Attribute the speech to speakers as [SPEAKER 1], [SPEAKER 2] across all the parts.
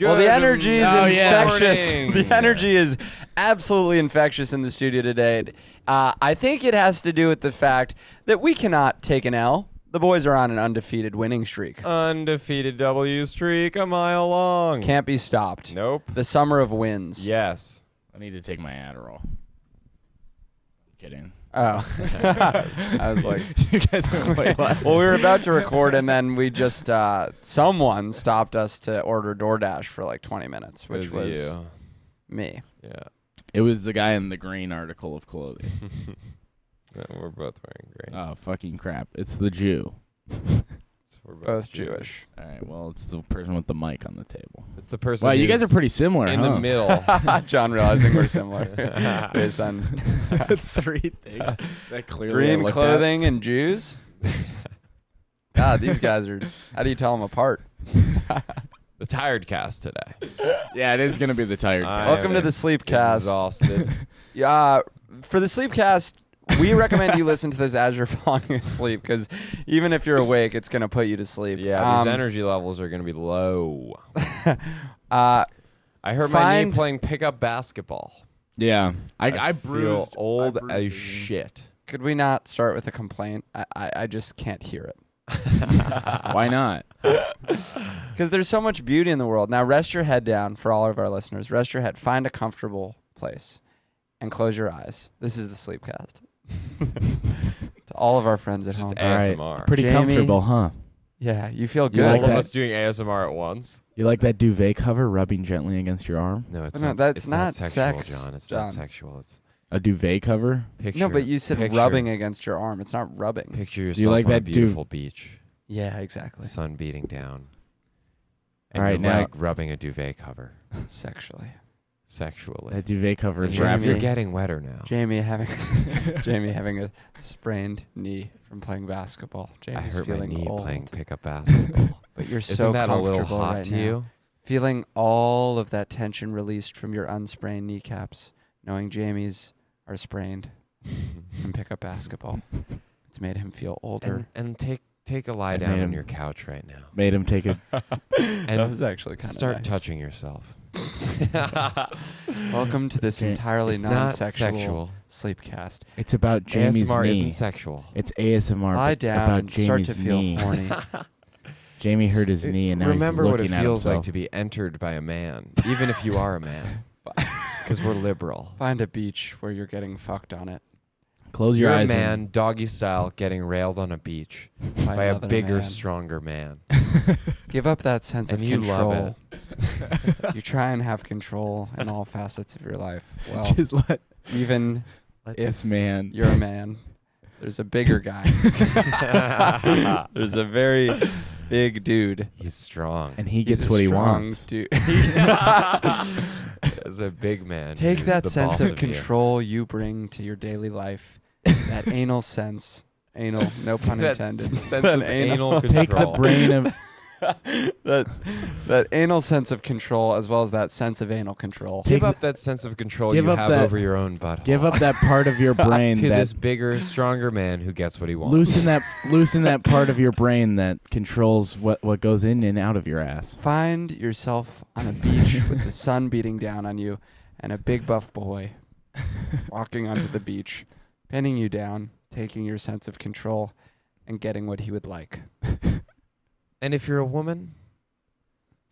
[SPEAKER 1] Well, the
[SPEAKER 2] Good
[SPEAKER 1] energy is
[SPEAKER 2] Oh, yeah.
[SPEAKER 1] infectious.
[SPEAKER 2] morning.
[SPEAKER 1] The energy is absolutely infectious in the studio today. Uh, I think it has to do with the fact that we cannot take an L. The boys are on an undefeated winning streak.
[SPEAKER 2] Oh. Undefeated W streak a mile long.
[SPEAKER 1] Can't be stopped.
[SPEAKER 2] Nope.
[SPEAKER 1] The summer of wins.
[SPEAKER 2] Yes.
[SPEAKER 3] I need to take my Adderall. Kidding.
[SPEAKER 1] Oh. I was like,
[SPEAKER 3] you guys don't play live.
[SPEAKER 1] well, we were about to record, and then we just uh, someone stopped us to order DoorDash for like 20 minutes, which
[SPEAKER 2] Is
[SPEAKER 1] was
[SPEAKER 2] you.
[SPEAKER 1] me.
[SPEAKER 2] Yeah.
[SPEAKER 3] It was the guy in the green article of clothing.
[SPEAKER 2] No, we're both wearing green.
[SPEAKER 1] Uh,
[SPEAKER 3] oh fucking crap! It's the Jew.
[SPEAKER 2] So we're
[SPEAKER 1] Both Jewish.
[SPEAKER 3] All right. Well, it's the person with the mic on the table.
[SPEAKER 2] It's the person.
[SPEAKER 3] Wow, you
[SPEAKER 2] who's
[SPEAKER 3] guys are pretty similar.
[SPEAKER 2] in
[SPEAKER 3] huh?
[SPEAKER 2] the middle.
[SPEAKER 1] Oh. John realizing we're similar based on
[SPEAKER 3] Three things that clearly I
[SPEAKER 1] green
[SPEAKER 3] looked
[SPEAKER 1] clothing and Jews. God, these guys are. How do you tell them apart?
[SPEAKER 2] the tired cast today.
[SPEAKER 3] at. Yeah, it is gonna be the tired.
[SPEAKER 2] I
[SPEAKER 3] guy.
[SPEAKER 2] am
[SPEAKER 1] Welcome to the Sleepcast.
[SPEAKER 2] Exhausted.
[SPEAKER 1] Uh, for the Sleepcast, we recommend you listen to this as you're falling asleep because even if you're awake, it's going to put you to sleep.
[SPEAKER 2] Yeah, these
[SPEAKER 1] Um,
[SPEAKER 2] energy levels are going to be low.
[SPEAKER 1] Uh,
[SPEAKER 2] I heard my knee
[SPEAKER 1] find-
[SPEAKER 2] playing pickup basketball.
[SPEAKER 3] Yeah, I, I,
[SPEAKER 2] feel
[SPEAKER 3] bruised.
[SPEAKER 2] old
[SPEAKER 3] I bruised
[SPEAKER 2] as
[SPEAKER 3] it.
[SPEAKER 2] shit.
[SPEAKER 1] could we not start with a complaint? I, I, I just can't hear it.
[SPEAKER 3] Why not?
[SPEAKER 1] Because there's so much beauty in the world. Now, rest your head down for all of our listeners. Rest your head. Find a comfortable place and close your eyes. This is the Sleepcast. to all of our friends at
[SPEAKER 2] Just
[SPEAKER 1] home.
[SPEAKER 2] add- ASMR.
[SPEAKER 3] Pretty
[SPEAKER 1] Jamie.
[SPEAKER 3] comfortable, huh?
[SPEAKER 1] yeah, you feel
[SPEAKER 3] You
[SPEAKER 1] good.
[SPEAKER 2] All
[SPEAKER 3] like
[SPEAKER 2] of
[SPEAKER 3] that?
[SPEAKER 2] us doing ASMR at once.
[SPEAKER 3] You like that duvet cover rubbing gently against your arm?
[SPEAKER 2] No, it's
[SPEAKER 1] Oh, No,
[SPEAKER 2] not.
[SPEAKER 1] that's
[SPEAKER 2] it's
[SPEAKER 1] not
[SPEAKER 2] sexual,
[SPEAKER 1] sex,
[SPEAKER 2] John. It's
[SPEAKER 1] John.
[SPEAKER 2] not sexual. It's
[SPEAKER 3] A duvet cover?
[SPEAKER 2] picture.
[SPEAKER 1] no, but you said
[SPEAKER 2] picture-
[SPEAKER 1] rubbing against your arm. It's not rubbing.
[SPEAKER 2] Picture yourself
[SPEAKER 3] you like
[SPEAKER 2] on a
[SPEAKER 3] that dude-
[SPEAKER 2] beautiful beach,
[SPEAKER 1] yeah, exactly.
[SPEAKER 2] sun beating down,
[SPEAKER 3] All
[SPEAKER 2] and
[SPEAKER 3] right,
[SPEAKER 2] your
[SPEAKER 3] now-
[SPEAKER 2] leg rubbing a duvet cover
[SPEAKER 1] Sexually.
[SPEAKER 2] sexually.
[SPEAKER 3] That duvet cover is
[SPEAKER 1] Jamie.
[SPEAKER 3] wrapped.
[SPEAKER 2] You're
[SPEAKER 3] in-
[SPEAKER 2] getting wetter now.
[SPEAKER 1] Jamie having Jamie having a sprained knee from playing basketball.
[SPEAKER 2] I
[SPEAKER 1] Jamie's
[SPEAKER 2] hurt my
[SPEAKER 1] feeling
[SPEAKER 2] knee
[SPEAKER 1] old,
[SPEAKER 2] playing pickup basketball.
[SPEAKER 1] but you're
[SPEAKER 2] Isn't
[SPEAKER 1] so
[SPEAKER 2] that a
[SPEAKER 1] comfortable
[SPEAKER 2] little hot
[SPEAKER 1] right
[SPEAKER 2] to
[SPEAKER 1] now.
[SPEAKER 2] you?
[SPEAKER 1] Feeling all of that tension released from your unsprained kneecaps, knowing Jamie's are sprained from pickup basketball. It's made him feel
[SPEAKER 2] And,
[SPEAKER 1] older.
[SPEAKER 2] and take take a lie
[SPEAKER 3] I
[SPEAKER 2] down
[SPEAKER 3] made
[SPEAKER 2] on
[SPEAKER 3] him-
[SPEAKER 2] your couch right now
[SPEAKER 3] Made him take a.
[SPEAKER 2] and
[SPEAKER 1] actually kinda
[SPEAKER 2] start
[SPEAKER 1] nice.
[SPEAKER 2] touching yourself.
[SPEAKER 1] Welcome to this
[SPEAKER 3] Okay.
[SPEAKER 1] entirely
[SPEAKER 2] it's not
[SPEAKER 1] non-sexual
[SPEAKER 2] sexual.
[SPEAKER 1] sleepcast.
[SPEAKER 3] It's about Jamie's
[SPEAKER 2] ASMR
[SPEAKER 3] knee.
[SPEAKER 2] isn't sexual.
[SPEAKER 3] It's ASMR
[SPEAKER 1] Lie
[SPEAKER 3] but
[SPEAKER 1] down
[SPEAKER 3] about
[SPEAKER 1] and
[SPEAKER 3] Jamie's
[SPEAKER 1] start to feel
[SPEAKER 3] knee.
[SPEAKER 1] horny.
[SPEAKER 3] Jamie hurt his
[SPEAKER 2] It-
[SPEAKER 3] knee, and now
[SPEAKER 2] remember
[SPEAKER 3] he's
[SPEAKER 2] what
[SPEAKER 3] looking
[SPEAKER 2] it
[SPEAKER 3] at
[SPEAKER 2] feels like
[SPEAKER 3] himself.
[SPEAKER 2] to be entered by a man, even if you are a man, because we're liberal.
[SPEAKER 1] Find a beach where you're getting fucked on it
[SPEAKER 3] Close your
[SPEAKER 2] You're
[SPEAKER 3] eyes.
[SPEAKER 2] a
[SPEAKER 3] and-
[SPEAKER 2] man, doggy style, getting railed on a beach
[SPEAKER 1] by,
[SPEAKER 2] by a
[SPEAKER 1] another
[SPEAKER 2] bigger,
[SPEAKER 1] man.
[SPEAKER 2] stronger man.
[SPEAKER 1] Give up that sense
[SPEAKER 2] And
[SPEAKER 1] of
[SPEAKER 2] you
[SPEAKER 1] control.
[SPEAKER 2] love
[SPEAKER 1] you try and have control in all facets of your life. Well,
[SPEAKER 3] Just let,
[SPEAKER 1] even
[SPEAKER 3] let
[SPEAKER 1] if
[SPEAKER 3] this man.
[SPEAKER 1] you're a man. There's a bigger guy. There's a very big dude.
[SPEAKER 2] He's strong.
[SPEAKER 3] and he
[SPEAKER 1] He's
[SPEAKER 3] gets
[SPEAKER 1] a
[SPEAKER 3] what he
[SPEAKER 1] strong
[SPEAKER 3] wants.
[SPEAKER 1] dude.
[SPEAKER 2] As a big man,
[SPEAKER 1] Take
[SPEAKER 2] who's
[SPEAKER 1] that
[SPEAKER 2] the
[SPEAKER 1] sense
[SPEAKER 2] boss
[SPEAKER 1] of
[SPEAKER 2] you.
[SPEAKER 1] control you. bring to your daily life. That anal sense. Anal, no pun
[SPEAKER 2] That
[SPEAKER 1] intended.
[SPEAKER 2] s- sense
[SPEAKER 1] That
[SPEAKER 2] of anal control.
[SPEAKER 3] Take the brain of.
[SPEAKER 1] that that anal sense of control as well as that sense of anal control.
[SPEAKER 3] Take
[SPEAKER 2] Give up that sense of control
[SPEAKER 3] give
[SPEAKER 2] you
[SPEAKER 3] up
[SPEAKER 2] have
[SPEAKER 3] that-
[SPEAKER 2] over your own butthole.
[SPEAKER 3] Give up that part of your brain
[SPEAKER 2] to
[SPEAKER 3] that
[SPEAKER 2] this bigger, stronger man who gets what he wants.
[SPEAKER 3] loosen that loosen that part of your brain that controls what what goes in and out of your ass.
[SPEAKER 1] Find yourself on a beach with the sun beating down on you and a big buff boy walking onto the beach, pinning you down, taking your sense of control, and getting what he would like.
[SPEAKER 2] And if you're a woman,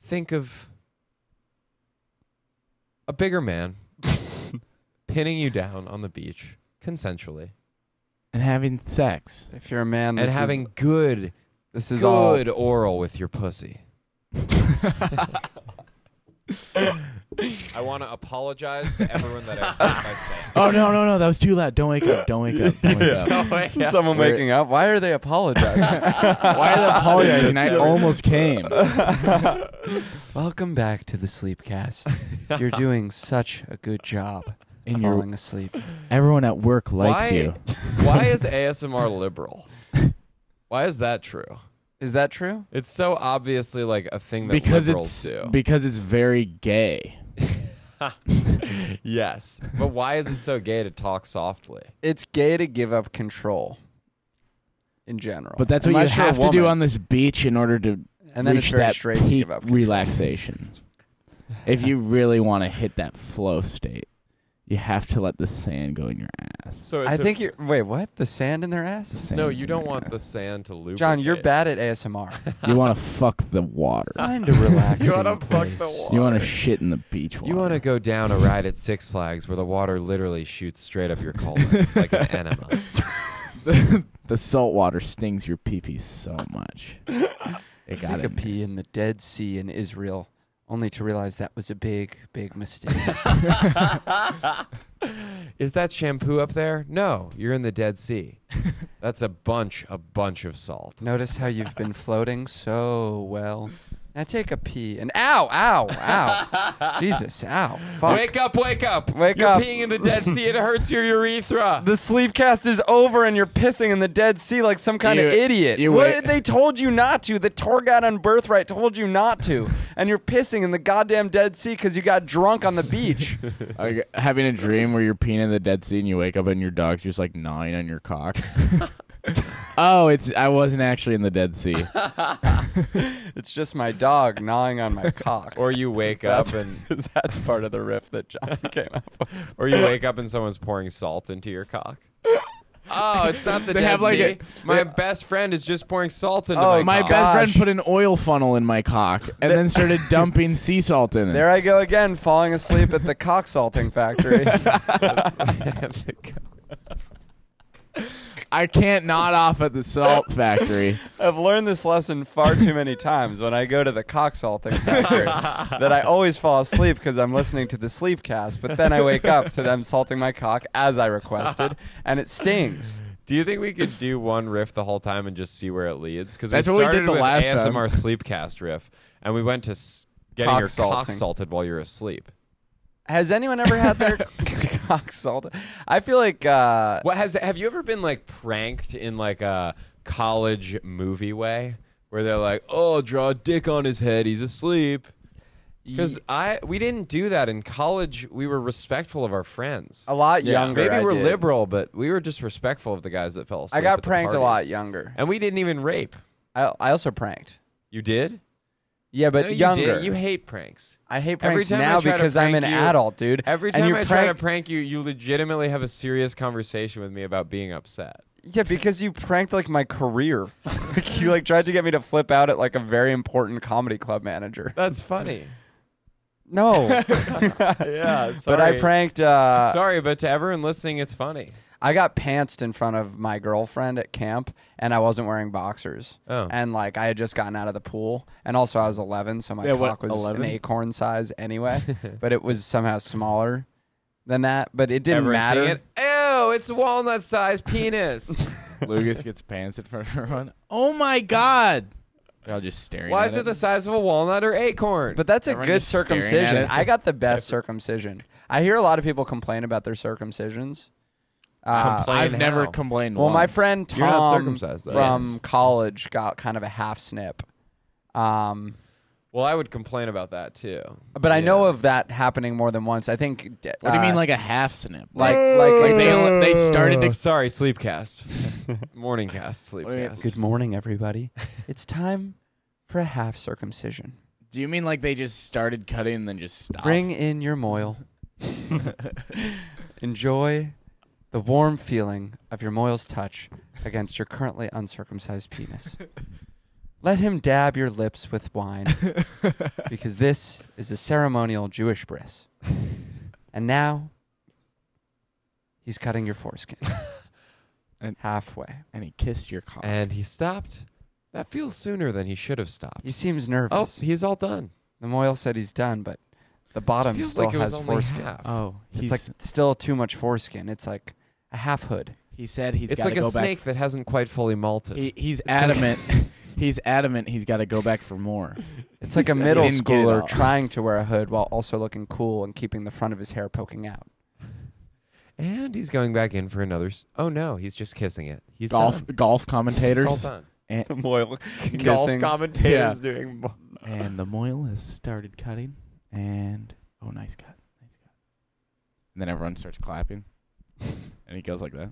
[SPEAKER 2] think of a bigger man pinning you down on the beach consensually
[SPEAKER 3] And having sex.
[SPEAKER 1] If you're a man, this
[SPEAKER 2] and having
[SPEAKER 1] is,
[SPEAKER 2] good,
[SPEAKER 1] this is all.
[SPEAKER 2] good oral with your pussy. I want to apologize to everyone that I hurt
[SPEAKER 3] Oh no no no! That was too loud. Don't wake up! Don't wake up! Don't wake up!
[SPEAKER 1] Someone waking up. Why are they apologizing?
[SPEAKER 3] Why are they apologizing? I almost came.
[SPEAKER 1] Welcome back to the Sleepcast. You're doing such a good job
[SPEAKER 3] And
[SPEAKER 1] falling
[SPEAKER 3] your
[SPEAKER 1] asleep.
[SPEAKER 3] everyone at work likes
[SPEAKER 2] Why-
[SPEAKER 3] you.
[SPEAKER 2] Why is ASMR liberal? Why is that true?
[SPEAKER 1] Is that true?
[SPEAKER 2] It's so obviously like a thing that
[SPEAKER 3] Because it's
[SPEAKER 2] liberals do.
[SPEAKER 3] because it's very gay.
[SPEAKER 2] yes, but why is it so gay to talk softly?
[SPEAKER 1] It's gay to give up control. In general,
[SPEAKER 3] But that's what you
[SPEAKER 1] Unless you're a
[SPEAKER 3] have to do
[SPEAKER 1] woman.
[SPEAKER 3] on this beach in order to
[SPEAKER 1] and then
[SPEAKER 3] reach
[SPEAKER 1] it's very
[SPEAKER 3] that
[SPEAKER 1] straight to
[SPEAKER 3] peak
[SPEAKER 1] give up control.
[SPEAKER 3] relaxation. if you really want to hit that flow state, you have to let the sand go in your ass.
[SPEAKER 2] So it's
[SPEAKER 1] I
[SPEAKER 2] a-
[SPEAKER 1] think you're. Wait, what? The sand in their
[SPEAKER 3] The
[SPEAKER 1] ass?
[SPEAKER 2] no,
[SPEAKER 3] sand's
[SPEAKER 2] you
[SPEAKER 3] in
[SPEAKER 2] don't
[SPEAKER 3] your
[SPEAKER 2] want the
[SPEAKER 3] ass.
[SPEAKER 2] sand to lubricate.
[SPEAKER 1] John, you're bad at ASMR.
[SPEAKER 3] You want to fuck the water.
[SPEAKER 1] Find a relaxing
[SPEAKER 2] wanna fuck the
[SPEAKER 1] place.
[SPEAKER 2] wa-
[SPEAKER 3] You want to
[SPEAKER 2] water.
[SPEAKER 3] shit in the beach water.
[SPEAKER 2] You want to go down a ride at Six Flags where the water literally shoots straight up your colon like an enema.
[SPEAKER 3] the, the salt water stings your pee pee so much. It got
[SPEAKER 1] Take a
[SPEAKER 3] it.
[SPEAKER 1] pee in the Dead Sea in Israel, only to realize that was a big, big mistake.
[SPEAKER 2] Is that shampoo up there? No, you're in the Dead Sea. That's a bunch, a bunch of salt.
[SPEAKER 1] Notice how you've been floating so well. Now take a pee and ow, ow, ow. Jesus, ow. Fuck.
[SPEAKER 2] Wake up, wake up.
[SPEAKER 1] Wake
[SPEAKER 2] you're
[SPEAKER 1] up.
[SPEAKER 2] peeing in the Dead Sea. It hurts your urethra.
[SPEAKER 1] The sleep cast is over and you're pissing in the Dead Sea like some kind of
[SPEAKER 3] You-
[SPEAKER 1] idiot.
[SPEAKER 3] you
[SPEAKER 1] what
[SPEAKER 3] wait-
[SPEAKER 1] did they told you not to? The tour guide on Birthright told you not to. And you're pissing in the goddamn Dead Sea because you got drunk on the beach.
[SPEAKER 3] Like, having a dream where you're peeing in the Dead Sea and you wake up and your dog's just like gnawing on your cock. oh, it's I wasn't actually in the Dead Sea.
[SPEAKER 1] it's just my dog gnawing on my cock.
[SPEAKER 2] or you wake up
[SPEAKER 1] That's-
[SPEAKER 2] and
[SPEAKER 1] that's part of the riff that John came up with.
[SPEAKER 2] or you wake up and someone's pouring salt into your cock. Oh, it's not the
[SPEAKER 3] They
[SPEAKER 2] Dead
[SPEAKER 3] have, like,
[SPEAKER 2] Sea.
[SPEAKER 3] a-
[SPEAKER 2] my best friend is just pouring salt into
[SPEAKER 1] Oh,
[SPEAKER 3] My
[SPEAKER 2] my cock.
[SPEAKER 3] best friend
[SPEAKER 1] Gosh.
[SPEAKER 3] put an oil funnel in my cock and then started dumping sea salt in it.
[SPEAKER 1] There I go again, falling asleep at the cock salting factory.
[SPEAKER 3] I can't nod off at the salt factory.
[SPEAKER 1] I've learned this lesson far too many times when I go to the cock salting factory that I always fall asleep because I'm listening to the sleep cast, but then I wake up to them salting my cock as I requested, and it stings.
[SPEAKER 2] Do you think we could do one riff the whole time and just see where it leads? Because we
[SPEAKER 3] That's what we did
[SPEAKER 2] started
[SPEAKER 3] the
[SPEAKER 2] with
[SPEAKER 3] last time.
[SPEAKER 2] ASMR sleepcast riff, and we went to s- getting
[SPEAKER 1] Cock
[SPEAKER 2] your cock
[SPEAKER 1] salting.
[SPEAKER 2] salted while you're asleep.
[SPEAKER 1] Has anyone ever had their cock salted? I feel like uh,
[SPEAKER 2] What has? Have you ever been like pranked in like a college movie way, where they're like, "Oh, draw a dick on his head. He's asleep." Because I we didn't do that in college. We were respectful of our friends.
[SPEAKER 1] a lot
[SPEAKER 3] Yeah.
[SPEAKER 1] younger.
[SPEAKER 2] Maybe
[SPEAKER 1] I
[SPEAKER 2] we're
[SPEAKER 1] did.
[SPEAKER 2] liberal, but we were just respectful of the guys that fell asleep.
[SPEAKER 1] I got
[SPEAKER 2] at the
[SPEAKER 1] pranked a lot
[SPEAKER 2] parties.
[SPEAKER 1] younger.
[SPEAKER 2] and we didn't even rape.
[SPEAKER 1] I, I also pranked.
[SPEAKER 2] You did,
[SPEAKER 1] Yeah, but
[SPEAKER 2] No,
[SPEAKER 1] younger.
[SPEAKER 2] You, did. you hate pranks.
[SPEAKER 1] I hate
[SPEAKER 2] Every
[SPEAKER 1] pranks
[SPEAKER 2] time I
[SPEAKER 1] now
[SPEAKER 2] try to
[SPEAKER 1] because I'm an
[SPEAKER 2] prank you-
[SPEAKER 1] adult, dude.
[SPEAKER 2] Every
[SPEAKER 1] and
[SPEAKER 2] time
[SPEAKER 1] you
[SPEAKER 2] I
[SPEAKER 1] prank,
[SPEAKER 2] try to prank you, you legitimately have a serious conversation with me about being upset.
[SPEAKER 1] yeah, because you pranked like my career. Like, you like tried to get me to flip out at like a very important comedy club manager.
[SPEAKER 2] That's funny.
[SPEAKER 1] No,
[SPEAKER 2] yeah,
[SPEAKER 1] but I pranked. Uh,
[SPEAKER 2] Sorry, but to everyone listening, it's funny.
[SPEAKER 1] I got pantsed in front of my girlfriend at camp, and I wasn't wearing boxers.
[SPEAKER 2] Oh.
[SPEAKER 1] And like I had just gotten out of the pool, and also I was 11, so my
[SPEAKER 3] Yeah, what,
[SPEAKER 1] cock was
[SPEAKER 3] 11?
[SPEAKER 1] an acorn size anyway, but it was somehow smaller than that. But it didn't
[SPEAKER 2] Everyone
[SPEAKER 1] matter.
[SPEAKER 2] seeing it. Ew, it's a walnut sized penis.
[SPEAKER 3] Lucas gets pants in front of everyone. Oh my god! They're all just staring.
[SPEAKER 2] Why
[SPEAKER 3] at
[SPEAKER 2] is it the size of a walnut or acorn?
[SPEAKER 1] But that's a
[SPEAKER 3] Everyone
[SPEAKER 1] good
[SPEAKER 3] just staring at
[SPEAKER 1] circumcision.
[SPEAKER 3] it.
[SPEAKER 1] I got the best circumcision. I hear a lot of people complain about their circumcisions. Uh,
[SPEAKER 2] Complain
[SPEAKER 3] I've
[SPEAKER 2] how?
[SPEAKER 3] never complained.
[SPEAKER 1] well, my
[SPEAKER 3] once.
[SPEAKER 1] friend Tom
[SPEAKER 2] You're not circumcised, though.
[SPEAKER 1] from
[SPEAKER 2] Yes.
[SPEAKER 1] college got kind of a half snip. Um,
[SPEAKER 2] well, I would complain about that too.
[SPEAKER 1] but I
[SPEAKER 2] Yeah.
[SPEAKER 1] know of that happening more than once. I think.
[SPEAKER 3] What do you
[SPEAKER 1] uh,
[SPEAKER 3] mean, like a half snip?
[SPEAKER 1] like like,
[SPEAKER 3] Like
[SPEAKER 1] it
[SPEAKER 3] they
[SPEAKER 1] just-
[SPEAKER 3] only- they started to-
[SPEAKER 2] Oh, Sorry, sleepcast, morningcast, sleepcast.
[SPEAKER 1] Good morning, everybody. It's time for a half circumcision.
[SPEAKER 3] do you mean like they just started cutting and then just stopped?
[SPEAKER 1] Bring in your moil. Enjoy the warm feeling of your moil's touch against your currently uncircumcised penis. Let him dab your lips with wine because this is a ceremonial Jewish bris. And now he's cutting your foreskin
[SPEAKER 3] And-
[SPEAKER 1] halfway.
[SPEAKER 3] and he kissed your cock.
[SPEAKER 2] And he stopped. That feels sooner than he should have stopped.
[SPEAKER 1] He seems
[SPEAKER 2] oh,
[SPEAKER 1] nervous.
[SPEAKER 2] he's all done.
[SPEAKER 1] the moil said he's done, but the bottom
[SPEAKER 2] feels
[SPEAKER 1] still
[SPEAKER 2] like it was
[SPEAKER 1] has
[SPEAKER 2] only
[SPEAKER 1] foreskin.
[SPEAKER 2] half.
[SPEAKER 3] oh,
[SPEAKER 1] It's
[SPEAKER 3] he's
[SPEAKER 1] like still too much foreskin. It's like a half hood.
[SPEAKER 3] he said he's
[SPEAKER 2] it's
[SPEAKER 3] got to
[SPEAKER 2] like a
[SPEAKER 3] go back.
[SPEAKER 2] snake that hasn't quite fully malted.
[SPEAKER 3] He, he's
[SPEAKER 1] like-
[SPEAKER 3] adamant. he's adamant. He's got to go back for more.
[SPEAKER 1] It's like a
[SPEAKER 3] He
[SPEAKER 1] middle
[SPEAKER 3] didn't get it
[SPEAKER 1] schooler
[SPEAKER 3] all.
[SPEAKER 1] trying to wear a hood while also looking cool and keeping the front of his hair poking out.
[SPEAKER 2] and he's going back in for another. S- oh no, he's just kissing it. He's
[SPEAKER 3] golf
[SPEAKER 2] done.
[SPEAKER 3] golf
[SPEAKER 2] It's
[SPEAKER 3] commentators
[SPEAKER 2] all done.
[SPEAKER 3] and
[SPEAKER 1] Moil
[SPEAKER 2] Golf
[SPEAKER 1] kissing.
[SPEAKER 2] commentators doing. mo-
[SPEAKER 3] and the moil has started cutting and oh nice cut nice cut and then everyone starts clapping and he goes like that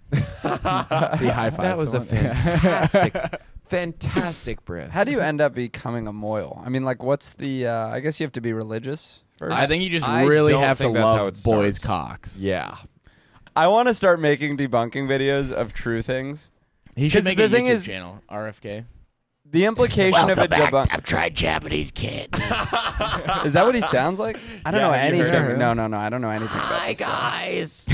[SPEAKER 3] he high fives
[SPEAKER 2] That was a
[SPEAKER 3] someone.
[SPEAKER 2] fantastic, fantastic breasts.
[SPEAKER 1] How do you end up becoming a moil? I mean, like, what's the? Uh, I guess you have to be religious first.
[SPEAKER 3] I think you just
[SPEAKER 2] I
[SPEAKER 3] really
[SPEAKER 2] don't
[SPEAKER 3] have to
[SPEAKER 2] think that's how
[SPEAKER 3] love
[SPEAKER 2] it
[SPEAKER 3] boys'
[SPEAKER 2] starts.
[SPEAKER 3] cocks.
[SPEAKER 2] Yeah.
[SPEAKER 1] I want to start making debunking videos of true things.
[SPEAKER 3] He
[SPEAKER 1] 'Cause
[SPEAKER 3] should make
[SPEAKER 1] the
[SPEAKER 3] a
[SPEAKER 1] thing
[SPEAKER 3] YouTube
[SPEAKER 1] is-
[SPEAKER 3] channel. RFK.
[SPEAKER 1] The implication of a debunk
[SPEAKER 3] I've tried Japanese kid.
[SPEAKER 1] is that what he sounds like? I don't
[SPEAKER 2] Yeah,
[SPEAKER 1] know
[SPEAKER 2] have you heard
[SPEAKER 1] anything.
[SPEAKER 2] of him?
[SPEAKER 1] No, no, no. I don't know anything. About this.
[SPEAKER 2] guys.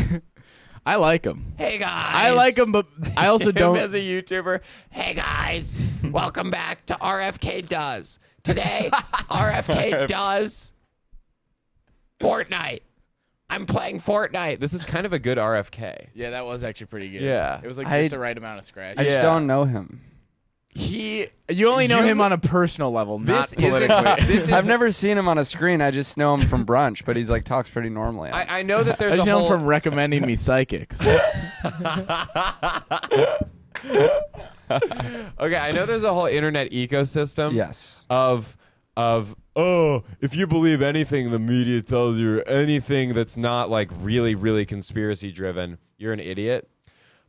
[SPEAKER 3] I like him.
[SPEAKER 2] Hey guys.
[SPEAKER 3] I like him, but I also
[SPEAKER 2] him
[SPEAKER 3] don't.
[SPEAKER 2] as a YouTuber. Hey guys, welcome back to RFK Does. Today, RFK Does Fortnite. I'm playing Fortnite. This is kind of a good RFK.
[SPEAKER 3] yeah, that was actually pretty good.
[SPEAKER 2] Yeah.
[SPEAKER 3] it was like
[SPEAKER 1] I-
[SPEAKER 3] just the right amount of scratch.
[SPEAKER 1] I
[SPEAKER 2] Yeah.
[SPEAKER 1] just don't know him.
[SPEAKER 2] He
[SPEAKER 3] you only know
[SPEAKER 2] You-
[SPEAKER 3] him on a personal level, not
[SPEAKER 2] This isn't-
[SPEAKER 3] politically.
[SPEAKER 2] this is-
[SPEAKER 1] I've never seen him on a screen. I just know him from brunch, but he's like talks pretty normally.
[SPEAKER 2] I, I know that
[SPEAKER 3] I
[SPEAKER 2] there's a
[SPEAKER 3] just know him
[SPEAKER 2] whole
[SPEAKER 3] from recommending me psychics.
[SPEAKER 2] Okay, I know there's a whole internet ecosystem.
[SPEAKER 1] yes.
[SPEAKER 2] of of oh if you believe anything the media tells you or anything that's not like really really conspiracy driven you're an idiot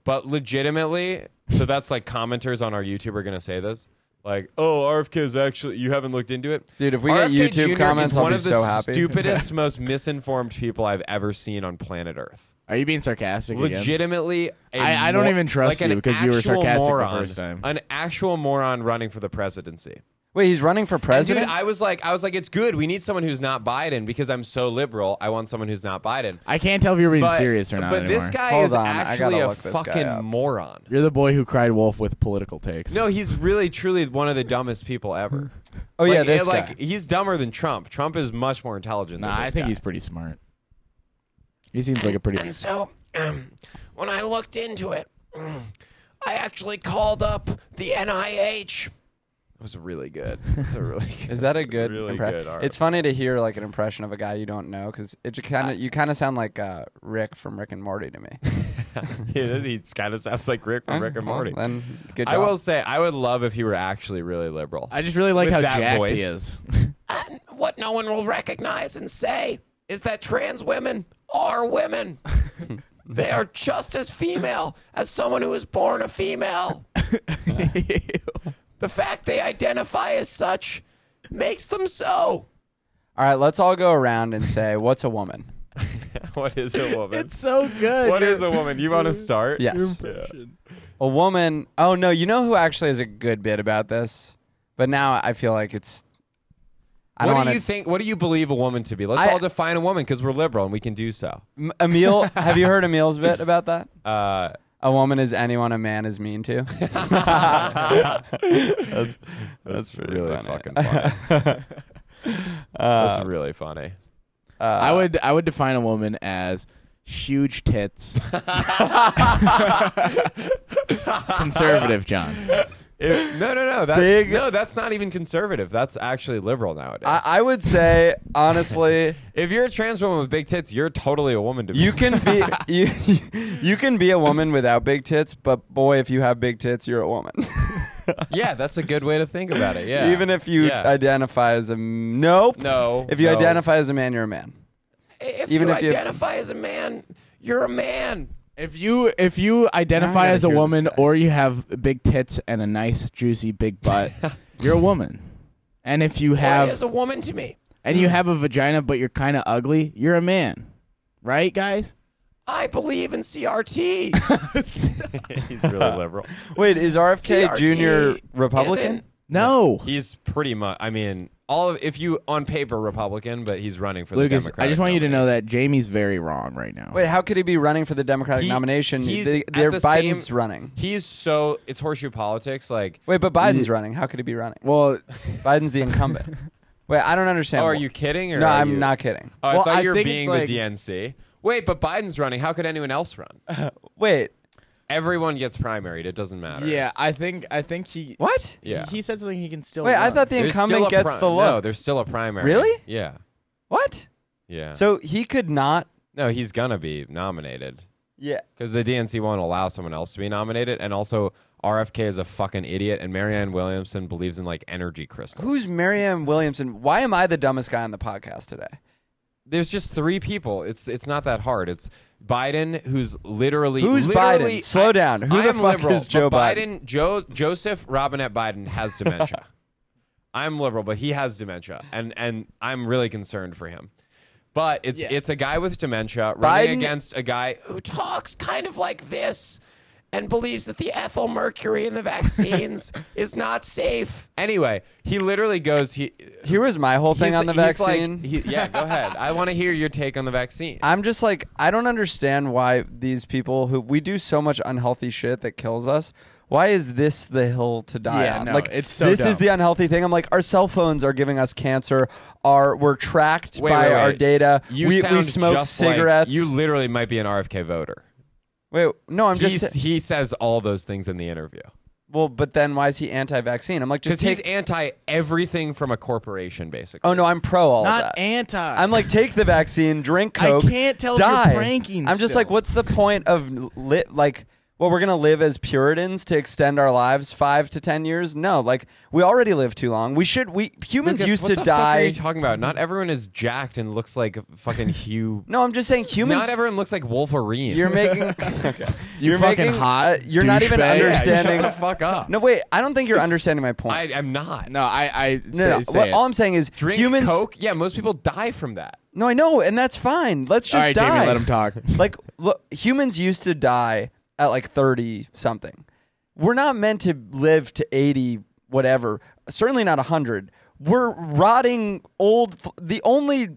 [SPEAKER 2] but legitimately so that's like commenters on our youtube are going to say this like oh rfk is actually you haven't looked into it
[SPEAKER 1] Dude, if we get
[SPEAKER 2] RFK
[SPEAKER 1] YouTube
[SPEAKER 2] Jr. is
[SPEAKER 1] comments, I'll
[SPEAKER 2] one
[SPEAKER 1] be
[SPEAKER 2] of the
[SPEAKER 1] so happy.
[SPEAKER 2] stupidest most misinformed people i've ever seen on planet earth
[SPEAKER 3] Are you being sarcastic again?
[SPEAKER 2] legitimately a
[SPEAKER 3] I- I don't
[SPEAKER 2] mor-
[SPEAKER 3] even trust
[SPEAKER 2] like an
[SPEAKER 3] you because you were
[SPEAKER 2] actual
[SPEAKER 3] sarcastic the
[SPEAKER 2] moron,
[SPEAKER 3] first time.
[SPEAKER 2] an actual moron running for the presidency
[SPEAKER 1] Wait, he's running for president.
[SPEAKER 2] Dude, I was like, I was like, it's good. We need someone who's not Biden because I'm so liberal. I want someone who's not Biden.
[SPEAKER 3] I can't tell if you're being
[SPEAKER 2] But,
[SPEAKER 3] serious or not
[SPEAKER 2] but
[SPEAKER 3] anymore.
[SPEAKER 2] this guy
[SPEAKER 1] Hold
[SPEAKER 2] is
[SPEAKER 1] on, I
[SPEAKER 2] actually a
[SPEAKER 1] gotta look this guy
[SPEAKER 2] fucking
[SPEAKER 1] up.
[SPEAKER 2] moron.
[SPEAKER 3] you're the boy who cried wolf with political takes.
[SPEAKER 2] No, he's really, truly one of the dumbest people ever.
[SPEAKER 1] oh yeah,
[SPEAKER 2] Like,
[SPEAKER 1] this
[SPEAKER 2] it-
[SPEAKER 1] guy.
[SPEAKER 2] like he's dumber than Trump. Trump is much more intelligent.
[SPEAKER 3] nah,
[SPEAKER 2] than
[SPEAKER 3] I
[SPEAKER 2] this
[SPEAKER 3] think
[SPEAKER 2] guy.
[SPEAKER 3] he's pretty smart. He seems like a pretty.
[SPEAKER 2] And so, um, when I looked into it, mm, I actually called up the NIH. That was really good. That's a really good.
[SPEAKER 1] Is that a good
[SPEAKER 2] really
[SPEAKER 1] impression?
[SPEAKER 2] good art.
[SPEAKER 1] It's funny to hear like an impression of a guy you don't know because it kind of you kind of sound like uh, Rick from Rick and Morty to me.
[SPEAKER 2] yeah, he kind of sounds like Rick from Rick and
[SPEAKER 1] Well,
[SPEAKER 2] Morty.
[SPEAKER 1] Then good job.
[SPEAKER 2] I will say, I would love if he were actually really liberal.
[SPEAKER 3] I just really like
[SPEAKER 2] With
[SPEAKER 3] how
[SPEAKER 2] that
[SPEAKER 3] jacked
[SPEAKER 2] voice.
[SPEAKER 3] he is.
[SPEAKER 2] what no one will recognize and say is that trans women are women. they are just as female as someone who is born a female. the fact they identify as such makes them so.
[SPEAKER 1] All right, let's all go around and say what's a woman.
[SPEAKER 2] what is a woman?
[SPEAKER 3] so good.
[SPEAKER 2] What is a woman? You want to start?
[SPEAKER 1] Yes. Your
[SPEAKER 2] impression.
[SPEAKER 1] A woman. Oh no, you know who actually has a good bit about this, but now I feel like it's. I
[SPEAKER 2] What
[SPEAKER 1] don't
[SPEAKER 2] do
[SPEAKER 1] wanna-
[SPEAKER 2] you think? What do you believe a woman to be? Let's
[SPEAKER 1] I-
[SPEAKER 2] all define a woman because we're liberal and we can do so.
[SPEAKER 1] M- Emil, have you heard Emil's bit about that?
[SPEAKER 2] Uh,
[SPEAKER 1] A woman is anyone a man is mean to. that's,
[SPEAKER 2] that's
[SPEAKER 1] pretty
[SPEAKER 2] really
[SPEAKER 1] funny.
[SPEAKER 2] fucking funny. that's really funny.
[SPEAKER 1] Uh,
[SPEAKER 3] I would I would define a woman as huge tits. Conservative John.
[SPEAKER 2] If- no, no, no. That,
[SPEAKER 1] Big-
[SPEAKER 2] No, that's not even conservative. That's actually liberal nowadays.
[SPEAKER 1] I, I would say honestly.
[SPEAKER 2] if you're a trans woman with big tits, you're totally a woman to me.
[SPEAKER 1] You can be you, you can be a woman without big tits, but boy, if you have big tits, you're a woman.
[SPEAKER 2] yeah, that's a good way to think about it. Yeah.
[SPEAKER 1] Even if you
[SPEAKER 2] Yeah.
[SPEAKER 1] identify as a m- nope.
[SPEAKER 2] no.
[SPEAKER 1] If you
[SPEAKER 2] no.
[SPEAKER 1] identify as a man, you're a man.
[SPEAKER 2] if
[SPEAKER 1] even if you-
[SPEAKER 2] as a man, you're a man.
[SPEAKER 3] If you if you identify
[SPEAKER 1] gotta
[SPEAKER 3] as a
[SPEAKER 1] hear this
[SPEAKER 3] woman
[SPEAKER 1] guy.
[SPEAKER 3] or you have big tits and a nice juicy big butt, you're a woman. And if you have
[SPEAKER 2] a woman to me?
[SPEAKER 3] and
[SPEAKER 1] Mm.
[SPEAKER 3] you have a vagina but you're kind of ugly, you're a man. Right, guys?
[SPEAKER 2] I believe in CRT. He's really liberal.
[SPEAKER 1] Wait, is RFK
[SPEAKER 2] CRT
[SPEAKER 1] Jr.
[SPEAKER 2] isn't-
[SPEAKER 1] Republican?
[SPEAKER 3] No.
[SPEAKER 2] He's pretty much. I mean, all of, if you on paper Republican, but he's running for
[SPEAKER 3] Lucas,
[SPEAKER 2] the Democratic.
[SPEAKER 3] I just want you to know
[SPEAKER 2] nomination.
[SPEAKER 3] that Jamie's very wrong right now.
[SPEAKER 1] Wait, how could he be running for the Democratic
[SPEAKER 2] He-
[SPEAKER 1] nomination?
[SPEAKER 2] he's
[SPEAKER 1] They,
[SPEAKER 2] at
[SPEAKER 1] they're
[SPEAKER 2] the
[SPEAKER 1] Biden's
[SPEAKER 2] same-
[SPEAKER 1] running.
[SPEAKER 2] He's so it's horseshoe politics. Like,
[SPEAKER 1] Wait, but Biden's
[SPEAKER 2] Mm.
[SPEAKER 1] running. How could he be running?
[SPEAKER 3] Well,
[SPEAKER 1] Biden's the incumbent. Wait, I don't understand.
[SPEAKER 2] oh, are
[SPEAKER 1] wh-
[SPEAKER 2] you kidding? Or
[SPEAKER 1] No,
[SPEAKER 2] are
[SPEAKER 1] I'm
[SPEAKER 2] you-
[SPEAKER 1] not kidding.
[SPEAKER 2] Oh, I
[SPEAKER 3] Well,
[SPEAKER 2] thought
[SPEAKER 3] I
[SPEAKER 2] you were
[SPEAKER 3] think it's
[SPEAKER 2] being
[SPEAKER 3] like-
[SPEAKER 2] the DNC. Wait, but Biden's running. How could anyone else run?
[SPEAKER 1] Wait,
[SPEAKER 2] Everyone gets primaried. It doesn't matter.
[SPEAKER 3] yeah,
[SPEAKER 2] It's-
[SPEAKER 3] I think I think he
[SPEAKER 1] what?
[SPEAKER 2] yeah.
[SPEAKER 3] He said something he can still
[SPEAKER 1] Wait, I
[SPEAKER 3] run.
[SPEAKER 1] thought the
[SPEAKER 2] There's still
[SPEAKER 1] incumbent
[SPEAKER 2] a
[SPEAKER 1] gets
[SPEAKER 2] pri-
[SPEAKER 1] the
[SPEAKER 2] No,
[SPEAKER 1] look.
[SPEAKER 2] there's still a primary.
[SPEAKER 1] Really?
[SPEAKER 2] Yeah.
[SPEAKER 1] what?
[SPEAKER 2] Yeah.
[SPEAKER 1] So he could not.
[SPEAKER 2] no, he's gonna be nominated
[SPEAKER 1] Yeah.
[SPEAKER 2] because the DNC won't allow someone else to be nominated, and also RFK is a fucking idiot, and Marianne Williamson believes in like energy crystals.
[SPEAKER 1] Who's Marianne Williamson? Why am I the dumbest guy on the podcast today?
[SPEAKER 2] there's just three people. It's it's not that hard. It's Biden, who's literally
[SPEAKER 1] Who's
[SPEAKER 2] literally,
[SPEAKER 1] Biden? Slow
[SPEAKER 2] I-
[SPEAKER 1] down. Who the
[SPEAKER 2] I'm
[SPEAKER 1] fuck
[SPEAKER 2] liberal,
[SPEAKER 1] is Joe
[SPEAKER 2] but Biden? Joe Joseph Robinette Biden has dementia. I'm liberal, but he has dementia, and and I'm really concerned for him. But it's it's a guy with dementia running
[SPEAKER 1] Biden-
[SPEAKER 2] against a guy who talks kind of like this and believes that the ethyl mercury in the vaccines is not safe. Anyway, he literally goes he
[SPEAKER 1] Here was my whole thing
[SPEAKER 2] he's-
[SPEAKER 1] on the
[SPEAKER 2] he's like-
[SPEAKER 1] vaccine.
[SPEAKER 2] he- yeah, go ahead. I want to hear your take on the vaccine.
[SPEAKER 1] I'm just like I don't understand why these people who we do so much unhealthy shit that kills us. Why is this the hill to die
[SPEAKER 3] Yeah,
[SPEAKER 1] on?
[SPEAKER 3] no,
[SPEAKER 1] like
[SPEAKER 3] it's so
[SPEAKER 1] this
[SPEAKER 3] dumb.
[SPEAKER 1] is the unhealthy thing. I'm like our cell phones are giving us cancer. Our we're tracked
[SPEAKER 2] Wait,
[SPEAKER 1] by
[SPEAKER 2] wait,
[SPEAKER 1] our
[SPEAKER 2] wait.
[SPEAKER 1] data.
[SPEAKER 2] You
[SPEAKER 1] we we
[SPEAKER 2] sound
[SPEAKER 1] smoke
[SPEAKER 2] just like-
[SPEAKER 1] cigarettes.
[SPEAKER 2] you literally might be an RFK voter.
[SPEAKER 1] Wait, no, I'm just
[SPEAKER 2] He's-
[SPEAKER 1] sa-
[SPEAKER 2] he says all those things in the interview
[SPEAKER 1] well, but then why is he anti-vaccine? I'm like
[SPEAKER 2] because
[SPEAKER 1] just
[SPEAKER 2] he's
[SPEAKER 1] take.
[SPEAKER 2] anti everything from a corporation, basically.
[SPEAKER 1] oh no, I'm pro all
[SPEAKER 3] Not
[SPEAKER 1] that.
[SPEAKER 3] anti.
[SPEAKER 1] I'm like, take the vaccine, drink coke.
[SPEAKER 3] I can't tell if you're
[SPEAKER 1] die.
[SPEAKER 3] pranking
[SPEAKER 1] I'm just
[SPEAKER 3] still.
[SPEAKER 1] like, what's the point of li- like? Well, we're gonna live as Puritans to extend our lives five to ten years. No, like we already live too long. We should. We humans
[SPEAKER 2] Lucas,
[SPEAKER 1] used
[SPEAKER 2] what
[SPEAKER 1] to
[SPEAKER 2] the fuck are
[SPEAKER 1] die.
[SPEAKER 2] you talking about? Not everyone is jacked and looks like fucking Hugh.
[SPEAKER 1] no, I'm just saying humans.
[SPEAKER 2] Not everyone looks like Wolverine.
[SPEAKER 1] you're making.
[SPEAKER 3] You
[SPEAKER 1] are
[SPEAKER 3] fucking
[SPEAKER 1] making,
[SPEAKER 3] hot
[SPEAKER 1] uh, you're not
[SPEAKER 3] douchebag.
[SPEAKER 1] even
[SPEAKER 3] Yeah, you
[SPEAKER 2] Yeah,
[SPEAKER 1] understanding.
[SPEAKER 2] Shut the fuck up.
[SPEAKER 1] no, wait. I don't think you're understanding my point.
[SPEAKER 2] I, I'm not.
[SPEAKER 3] no, I, I
[SPEAKER 1] no, no.
[SPEAKER 3] say, say
[SPEAKER 1] What-
[SPEAKER 3] it.
[SPEAKER 1] all I'm saying is
[SPEAKER 2] Drink
[SPEAKER 1] humans.
[SPEAKER 2] coke. Yeah, most people die from that.
[SPEAKER 1] No, I know, and that's fine. Let's just
[SPEAKER 3] all right,
[SPEAKER 1] die.
[SPEAKER 3] Damien, let him talk.
[SPEAKER 1] like look, humans used to die at like 30 something we're not meant to live to 80 whatever certainly not 100 we're rotting old f- the only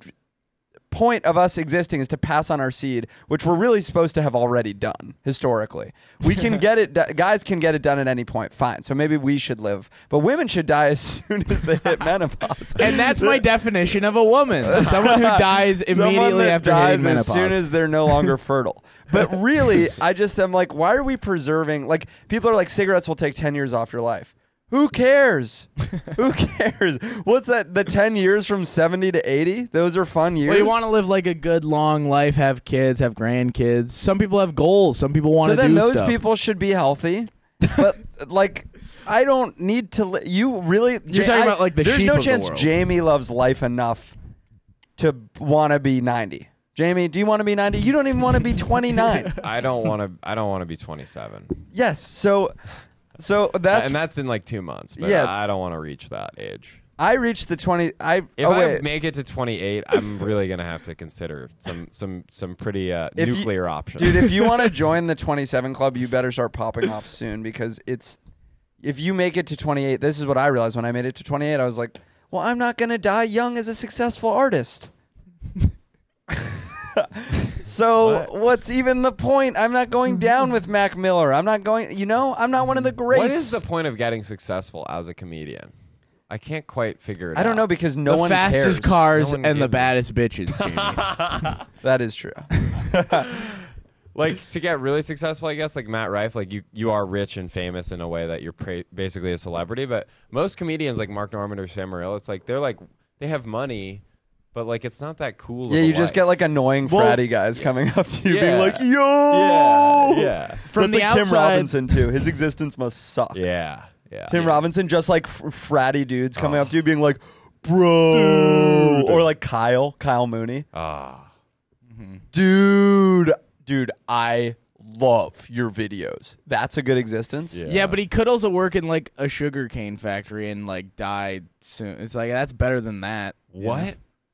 [SPEAKER 1] point of us existing is to pass on our seed which we're really supposed to have already done historically we can get it do- guys can get it done at any point fine so maybe we should live but women should die as soon as they hit menopause
[SPEAKER 3] And that's my definition of a woman: someone who dies
[SPEAKER 1] Someone
[SPEAKER 3] immediately
[SPEAKER 1] that
[SPEAKER 3] after
[SPEAKER 1] dies
[SPEAKER 3] hitting menopause.
[SPEAKER 1] as soon as they're no longer fertile. But really, I just am like, why are we preserving? Like, people are like, cigarettes will take ten years off your life. Who cares? Who cares? What's that? The ten years from seventy to eighty? Those are fun years.
[SPEAKER 3] well, you want to live like a good long life, have kids, have grandkids. Some people have goals. Some people want
[SPEAKER 1] so
[SPEAKER 3] to
[SPEAKER 1] then
[SPEAKER 3] do
[SPEAKER 1] those
[SPEAKER 3] stuff.
[SPEAKER 1] people should be healthy. But like. I don't need to. Li- you really?
[SPEAKER 3] You're talking
[SPEAKER 1] I-
[SPEAKER 3] about, like, the
[SPEAKER 1] There's
[SPEAKER 3] sheep
[SPEAKER 1] no
[SPEAKER 3] of the
[SPEAKER 1] chance
[SPEAKER 3] world.
[SPEAKER 1] Jamie loves life enough to want to be 90. Jamie, do you want to be 90? You don't even want to be 29.
[SPEAKER 2] I don't want to. I don't want to be 27.
[SPEAKER 1] Yes. So, so that's
[SPEAKER 2] and that's in like two months. But
[SPEAKER 1] Yeah.
[SPEAKER 2] I don't want to reach that age.
[SPEAKER 1] I reached the twenty. I
[SPEAKER 2] If
[SPEAKER 1] oh
[SPEAKER 2] I
[SPEAKER 1] wait.
[SPEAKER 2] make it to 28, I'm really gonna have to consider some some some pretty uh,
[SPEAKER 1] If you-
[SPEAKER 2] nuclear options.
[SPEAKER 1] dude, if you want to join the twenty-seven club, you better start popping off soon because it's. If you make it to twenty-eight, this is what I realized when I made it to twenty-eight. I was like, well, I'm not gonna die young as a successful artist. so
[SPEAKER 2] What?
[SPEAKER 1] what's even the point? I'm not going down with Mac Miller. I'm not going. You know, I'm not one of the greats.
[SPEAKER 2] what is the point of getting successful as a comedian? I can't quite figure it.
[SPEAKER 1] I don't know
[SPEAKER 2] out.
[SPEAKER 1] because no
[SPEAKER 3] the
[SPEAKER 1] one cares.
[SPEAKER 3] fastest cars
[SPEAKER 2] No one
[SPEAKER 3] and the
[SPEAKER 2] gives a-
[SPEAKER 3] baddest bitches. Jamie.
[SPEAKER 1] That is true.
[SPEAKER 2] Like to get really successful, I guess like Matt Rife, like you you are rich and famous in a way that you're pra- basically a celebrity. But most comedians like Mark Norman or Sam Morril, it's like they're like they have money, but like it's not that cool.
[SPEAKER 1] Yeah,
[SPEAKER 2] of a
[SPEAKER 1] you just
[SPEAKER 2] life.
[SPEAKER 1] get like annoying
[SPEAKER 3] Well-
[SPEAKER 1] fratty guys coming up to you, being
[SPEAKER 2] Yeah.
[SPEAKER 1] like,
[SPEAKER 2] yeah,
[SPEAKER 1] "Yo,
[SPEAKER 2] yeah,
[SPEAKER 3] From
[SPEAKER 1] That's
[SPEAKER 3] the
[SPEAKER 1] like Tim
[SPEAKER 3] outside-
[SPEAKER 1] Robinson too. His existence must suck.
[SPEAKER 2] yeah, yeah.
[SPEAKER 1] Tim
[SPEAKER 2] yeah.
[SPEAKER 1] Robinson, just like fr- fratty dudes coming up to you, being like, "Bro," or like Kyle, Kyle Mooney,
[SPEAKER 2] Ah.
[SPEAKER 1] dude, dude, I love your videos. That's a good existence.
[SPEAKER 2] Yeah.
[SPEAKER 3] yeah, but he could also work in like a sugarcane factory and like die soon. It's like that's better than that. you
[SPEAKER 2] What?
[SPEAKER 3] know?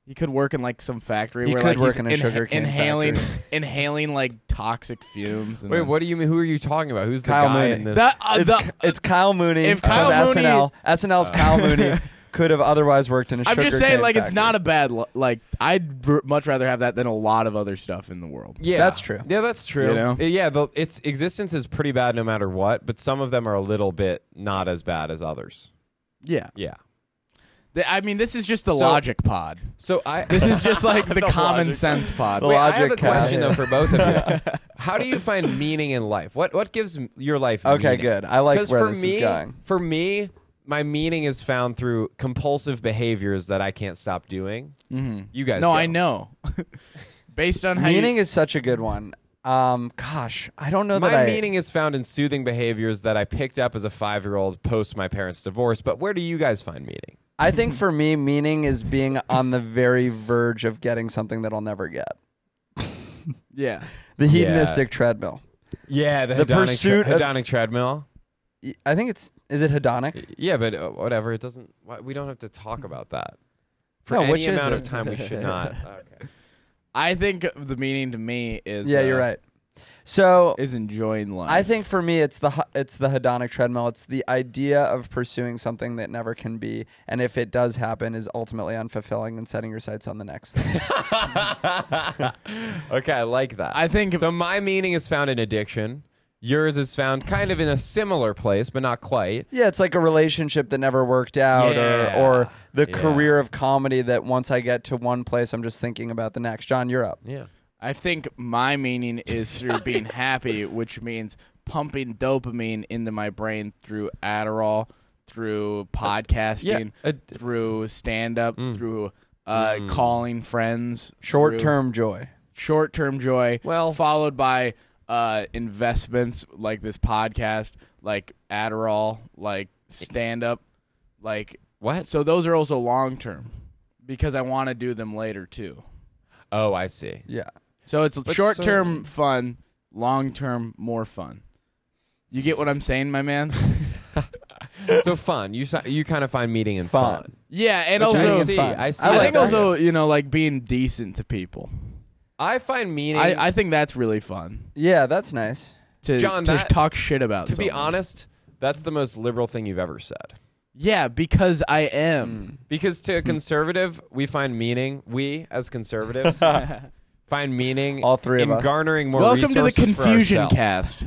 [SPEAKER 3] He could work in like some factory
[SPEAKER 1] He
[SPEAKER 3] where
[SPEAKER 1] could
[SPEAKER 3] like
[SPEAKER 1] work
[SPEAKER 3] he's
[SPEAKER 1] in a
[SPEAKER 3] inha-
[SPEAKER 1] sugarcane
[SPEAKER 3] inhaling
[SPEAKER 1] factory.
[SPEAKER 3] inhaling like toxic fumes. And
[SPEAKER 2] Wait,
[SPEAKER 3] then-
[SPEAKER 2] what do you mean? Who are you talking about? Who's the
[SPEAKER 1] Kyle
[SPEAKER 2] guy
[SPEAKER 1] Mooney.
[SPEAKER 2] in this?
[SPEAKER 3] That, uh,
[SPEAKER 1] It's,
[SPEAKER 3] the-
[SPEAKER 1] it's Kyle Mooney
[SPEAKER 3] If
[SPEAKER 1] from
[SPEAKER 3] Kyle Mooney-
[SPEAKER 1] SNL. SNL's Kyle Mooney could have otherwise worked in a
[SPEAKER 3] I'm
[SPEAKER 1] sugar
[SPEAKER 3] just saying,
[SPEAKER 1] cane
[SPEAKER 3] like it's
[SPEAKER 1] factory.
[SPEAKER 3] not a bad li- like. I'd r- much rather have that than a lot of other stuff in the world.
[SPEAKER 2] yeah,
[SPEAKER 1] That's true.
[SPEAKER 2] Yeah, that's true.
[SPEAKER 3] You know?
[SPEAKER 2] Uh, Yeah, the, its existence is pretty bad no matter what, but some of them are a little bit not as bad as others.
[SPEAKER 3] Yeah,
[SPEAKER 2] Yeah.
[SPEAKER 3] Th- I mean, this is just the
[SPEAKER 2] So-
[SPEAKER 3] logic pod.
[SPEAKER 2] So I
[SPEAKER 3] This is just like the, common
[SPEAKER 2] logic.
[SPEAKER 3] sense pod.
[SPEAKER 1] The
[SPEAKER 2] Wait, I have a
[SPEAKER 1] logic cast.
[SPEAKER 2] question though for both of you. How do you find meaning in life? What what gives m- your life?
[SPEAKER 1] Okay,
[SPEAKER 2] meaning?
[SPEAKER 1] good. I like
[SPEAKER 2] 'Cause
[SPEAKER 1] where
[SPEAKER 2] for
[SPEAKER 1] this is
[SPEAKER 2] me,
[SPEAKER 1] going.
[SPEAKER 2] For me, my meaning is found through compulsive behaviors that I can't stop doing. Mm-hmm. You guys,
[SPEAKER 3] no,
[SPEAKER 2] go.
[SPEAKER 3] I know. Based on how
[SPEAKER 1] Meaning
[SPEAKER 3] you,
[SPEAKER 1] is such a good one. Um, gosh, I don't know that
[SPEAKER 2] My
[SPEAKER 1] I.
[SPEAKER 2] meaning is found in soothing behaviors that I picked up as a five year old post my parents' divorce. But where do you guys find meaning?
[SPEAKER 1] I think for me, meaning is being on the very verge of getting something that I'll never get.
[SPEAKER 3] Yeah.
[SPEAKER 1] The hedonistic treadmill.
[SPEAKER 2] Yeah, the,
[SPEAKER 1] The
[SPEAKER 2] hedonic tre-
[SPEAKER 1] pursuit of-
[SPEAKER 2] hedonic treadmill.
[SPEAKER 1] Y- I think it's is it hedonic?
[SPEAKER 2] Yeah, but uh, whatever. It doesn't. Why, we don't have to talk about that for
[SPEAKER 1] No,
[SPEAKER 2] any
[SPEAKER 1] which is
[SPEAKER 2] amount of
[SPEAKER 1] it?
[SPEAKER 2] time. We should not. Okay.
[SPEAKER 3] I think the meaning to me is
[SPEAKER 1] Yeah,
[SPEAKER 3] uh,
[SPEAKER 1] you're right. So
[SPEAKER 3] Is enjoying life.
[SPEAKER 1] I think for me, it's the hu- it's the hedonic treadmill. It's the idea of pursuing something that never can be, and if it does happen, is ultimately unfulfilling and setting your sights on the next thing.
[SPEAKER 2] okay, I like that.
[SPEAKER 3] I think
[SPEAKER 2] so. My meaning is found in addiction. Yours is found kind of in a similar place, but not quite.
[SPEAKER 1] yeah, it's like a relationship that never worked out,
[SPEAKER 2] Yeah.
[SPEAKER 1] or or the
[SPEAKER 2] Yeah.
[SPEAKER 1] career of comedy that once I get to one place, I'm just thinking about the next. John, you're up.
[SPEAKER 2] Yeah.
[SPEAKER 3] I think my meaning is through being happy, which means pumping dopamine into my brain through Adderall, through
[SPEAKER 1] Uh,
[SPEAKER 3] podcasting,
[SPEAKER 2] yeah, ad-
[SPEAKER 3] through stand up, through uh, calling friends,
[SPEAKER 1] Short term joy.
[SPEAKER 3] short term joy,
[SPEAKER 2] Well-
[SPEAKER 3] followed by uh, investments like this podcast, like Adderall, like stand up, like
[SPEAKER 2] What?
[SPEAKER 3] so those are also long term because I want to do them later too.
[SPEAKER 2] Oh, I see.
[SPEAKER 1] Yeah.
[SPEAKER 3] So it's
[SPEAKER 2] But
[SPEAKER 3] short term fun, long term more fun. You get what I'm saying, my man?
[SPEAKER 2] so fun. You si- you kind of find meaning in
[SPEAKER 1] Fun.
[SPEAKER 2] fun.
[SPEAKER 3] yeah, and
[SPEAKER 2] Which
[SPEAKER 3] also
[SPEAKER 2] I
[SPEAKER 1] means
[SPEAKER 2] see.
[SPEAKER 1] fun.
[SPEAKER 2] I see.
[SPEAKER 1] I
[SPEAKER 3] I
[SPEAKER 1] like
[SPEAKER 3] think
[SPEAKER 1] that.
[SPEAKER 3] also you know like being decent to people.
[SPEAKER 2] I find meaning.
[SPEAKER 3] I, I think that's really fun
[SPEAKER 1] Yeah, that's nice.
[SPEAKER 3] to
[SPEAKER 2] John,
[SPEAKER 3] to
[SPEAKER 2] that-
[SPEAKER 3] talk shit about.
[SPEAKER 2] to be
[SPEAKER 3] someone.
[SPEAKER 2] honest, that's the most liberal thing you've ever said.
[SPEAKER 3] yeah, because I
[SPEAKER 2] Mm.
[SPEAKER 3] am.
[SPEAKER 2] Because
[SPEAKER 3] Hmm.
[SPEAKER 2] to a conservative, we find meaning. We as conservatives find meaning.
[SPEAKER 1] All three of
[SPEAKER 2] in
[SPEAKER 1] us.
[SPEAKER 2] garnering more.
[SPEAKER 3] Welcome to the
[SPEAKER 2] resources for
[SPEAKER 3] confusion
[SPEAKER 2] ourselves.
[SPEAKER 3] cast.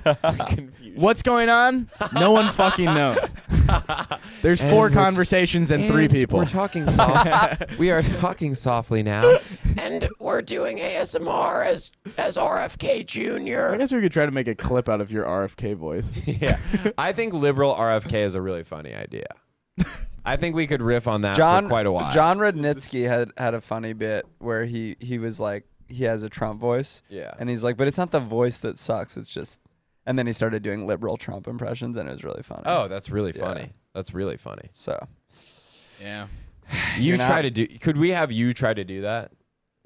[SPEAKER 3] What's going on? No one fucking knows. There's four
[SPEAKER 2] And we're-
[SPEAKER 3] conversations and three people.
[SPEAKER 2] We're talking soft. we are talking softly now, and we're doing ASMR as as RFK
[SPEAKER 3] I
[SPEAKER 2] Jr.
[SPEAKER 3] guess we could try to make a clip out of your RFK voice.
[SPEAKER 2] yeah, I think liberal RFK is a really funny idea. I think we could riff on that
[SPEAKER 1] John
[SPEAKER 2] for quite a while.
[SPEAKER 1] John Rudnitsky had had a funny bit where he he was like he has a Trump voice.
[SPEAKER 2] Yeah.
[SPEAKER 1] And he's like, but it's not the voice that sucks. It's just. And then he started doing liberal Trump impressions, and it was really funny.
[SPEAKER 2] oh, that's really
[SPEAKER 1] Yeah.
[SPEAKER 2] funny. That's really funny.
[SPEAKER 1] So
[SPEAKER 3] Yeah.
[SPEAKER 2] You
[SPEAKER 1] You're not-
[SPEAKER 2] try to do. Could we have you try to do that?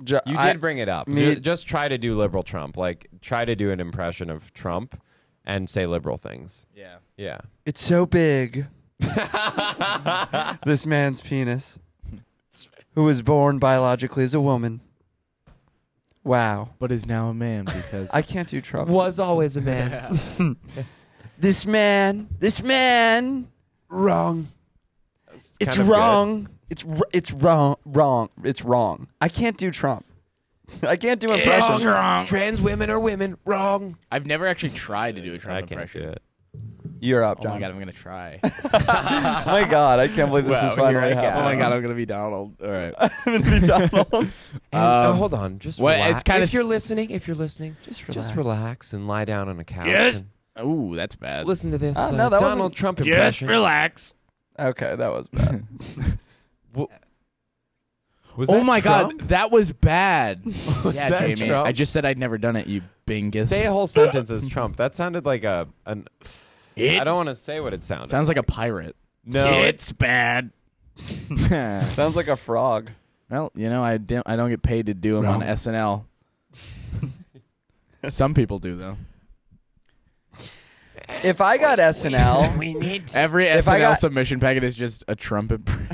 [SPEAKER 1] Jo-
[SPEAKER 2] You did
[SPEAKER 1] I-
[SPEAKER 2] bring it up.
[SPEAKER 1] me-
[SPEAKER 2] Ju- just try to do liberal Trump. Like try to do an impression of Trump and say liberal things.
[SPEAKER 3] Yeah.
[SPEAKER 2] Yeah.
[SPEAKER 1] It's so big. this man's penis, who was born biologically as a woman. Wow.
[SPEAKER 3] But is now a man because
[SPEAKER 1] I can't do Trump.
[SPEAKER 2] a man.
[SPEAKER 1] This man. This man. Wrong. It's wrong. It's r- it's wrong. Wrong. It's wrong. I can't do Trump. I can't do impressions.
[SPEAKER 2] Trans women are women. Wrong.
[SPEAKER 3] I've never actually tried to do a
[SPEAKER 2] I
[SPEAKER 3] Trump
[SPEAKER 2] can't do
[SPEAKER 3] impression.
[SPEAKER 2] it.
[SPEAKER 1] You're up,
[SPEAKER 3] Oh my
[SPEAKER 1] John.
[SPEAKER 3] god, I'm gonna try.
[SPEAKER 1] Oh my god, I can't believe this
[SPEAKER 2] Wow,
[SPEAKER 1] is finally
[SPEAKER 2] here I go.
[SPEAKER 1] happening.
[SPEAKER 3] oh my god, I'm gonna be Donald. All right.
[SPEAKER 1] I'm gonna be Donald.
[SPEAKER 2] And, uh, hold on. Just
[SPEAKER 3] what-
[SPEAKER 2] relax.
[SPEAKER 3] it's kinda
[SPEAKER 2] if
[SPEAKER 3] s-
[SPEAKER 2] you're listening, if you're listening, just relax.
[SPEAKER 1] relax.
[SPEAKER 2] and lie down on a couch.
[SPEAKER 3] Yes. Ah,
[SPEAKER 2] and
[SPEAKER 3] Ooh, that's bad.
[SPEAKER 2] Listen to this
[SPEAKER 1] Oh,
[SPEAKER 2] uh,
[SPEAKER 1] no, that
[SPEAKER 2] Donald
[SPEAKER 1] wasn't-
[SPEAKER 2] Trump
[SPEAKER 3] just
[SPEAKER 2] impression.
[SPEAKER 3] relax.
[SPEAKER 1] okay, that was bad.
[SPEAKER 2] Was
[SPEAKER 3] Oh
[SPEAKER 2] that
[SPEAKER 3] my
[SPEAKER 2] Trump?
[SPEAKER 3] god, that was bad. yeah,
[SPEAKER 2] that
[SPEAKER 3] Jamie.
[SPEAKER 2] Trump?
[SPEAKER 3] I just said I'd never done it, you bingus.
[SPEAKER 2] Say a whole sentence as Trump. That sounded like a an. I don't want to say what it sounded.
[SPEAKER 3] Sounds like a pirate.
[SPEAKER 2] no. It's
[SPEAKER 3] it's bad.
[SPEAKER 1] Sounds like a frog.
[SPEAKER 3] well, you know, I don't, I don't get paid to do them on SNL. Some people do though.
[SPEAKER 1] If I got SNL,
[SPEAKER 3] Every
[SPEAKER 1] If I
[SPEAKER 3] SNL
[SPEAKER 1] got-
[SPEAKER 3] submission packet is just a Trump impression.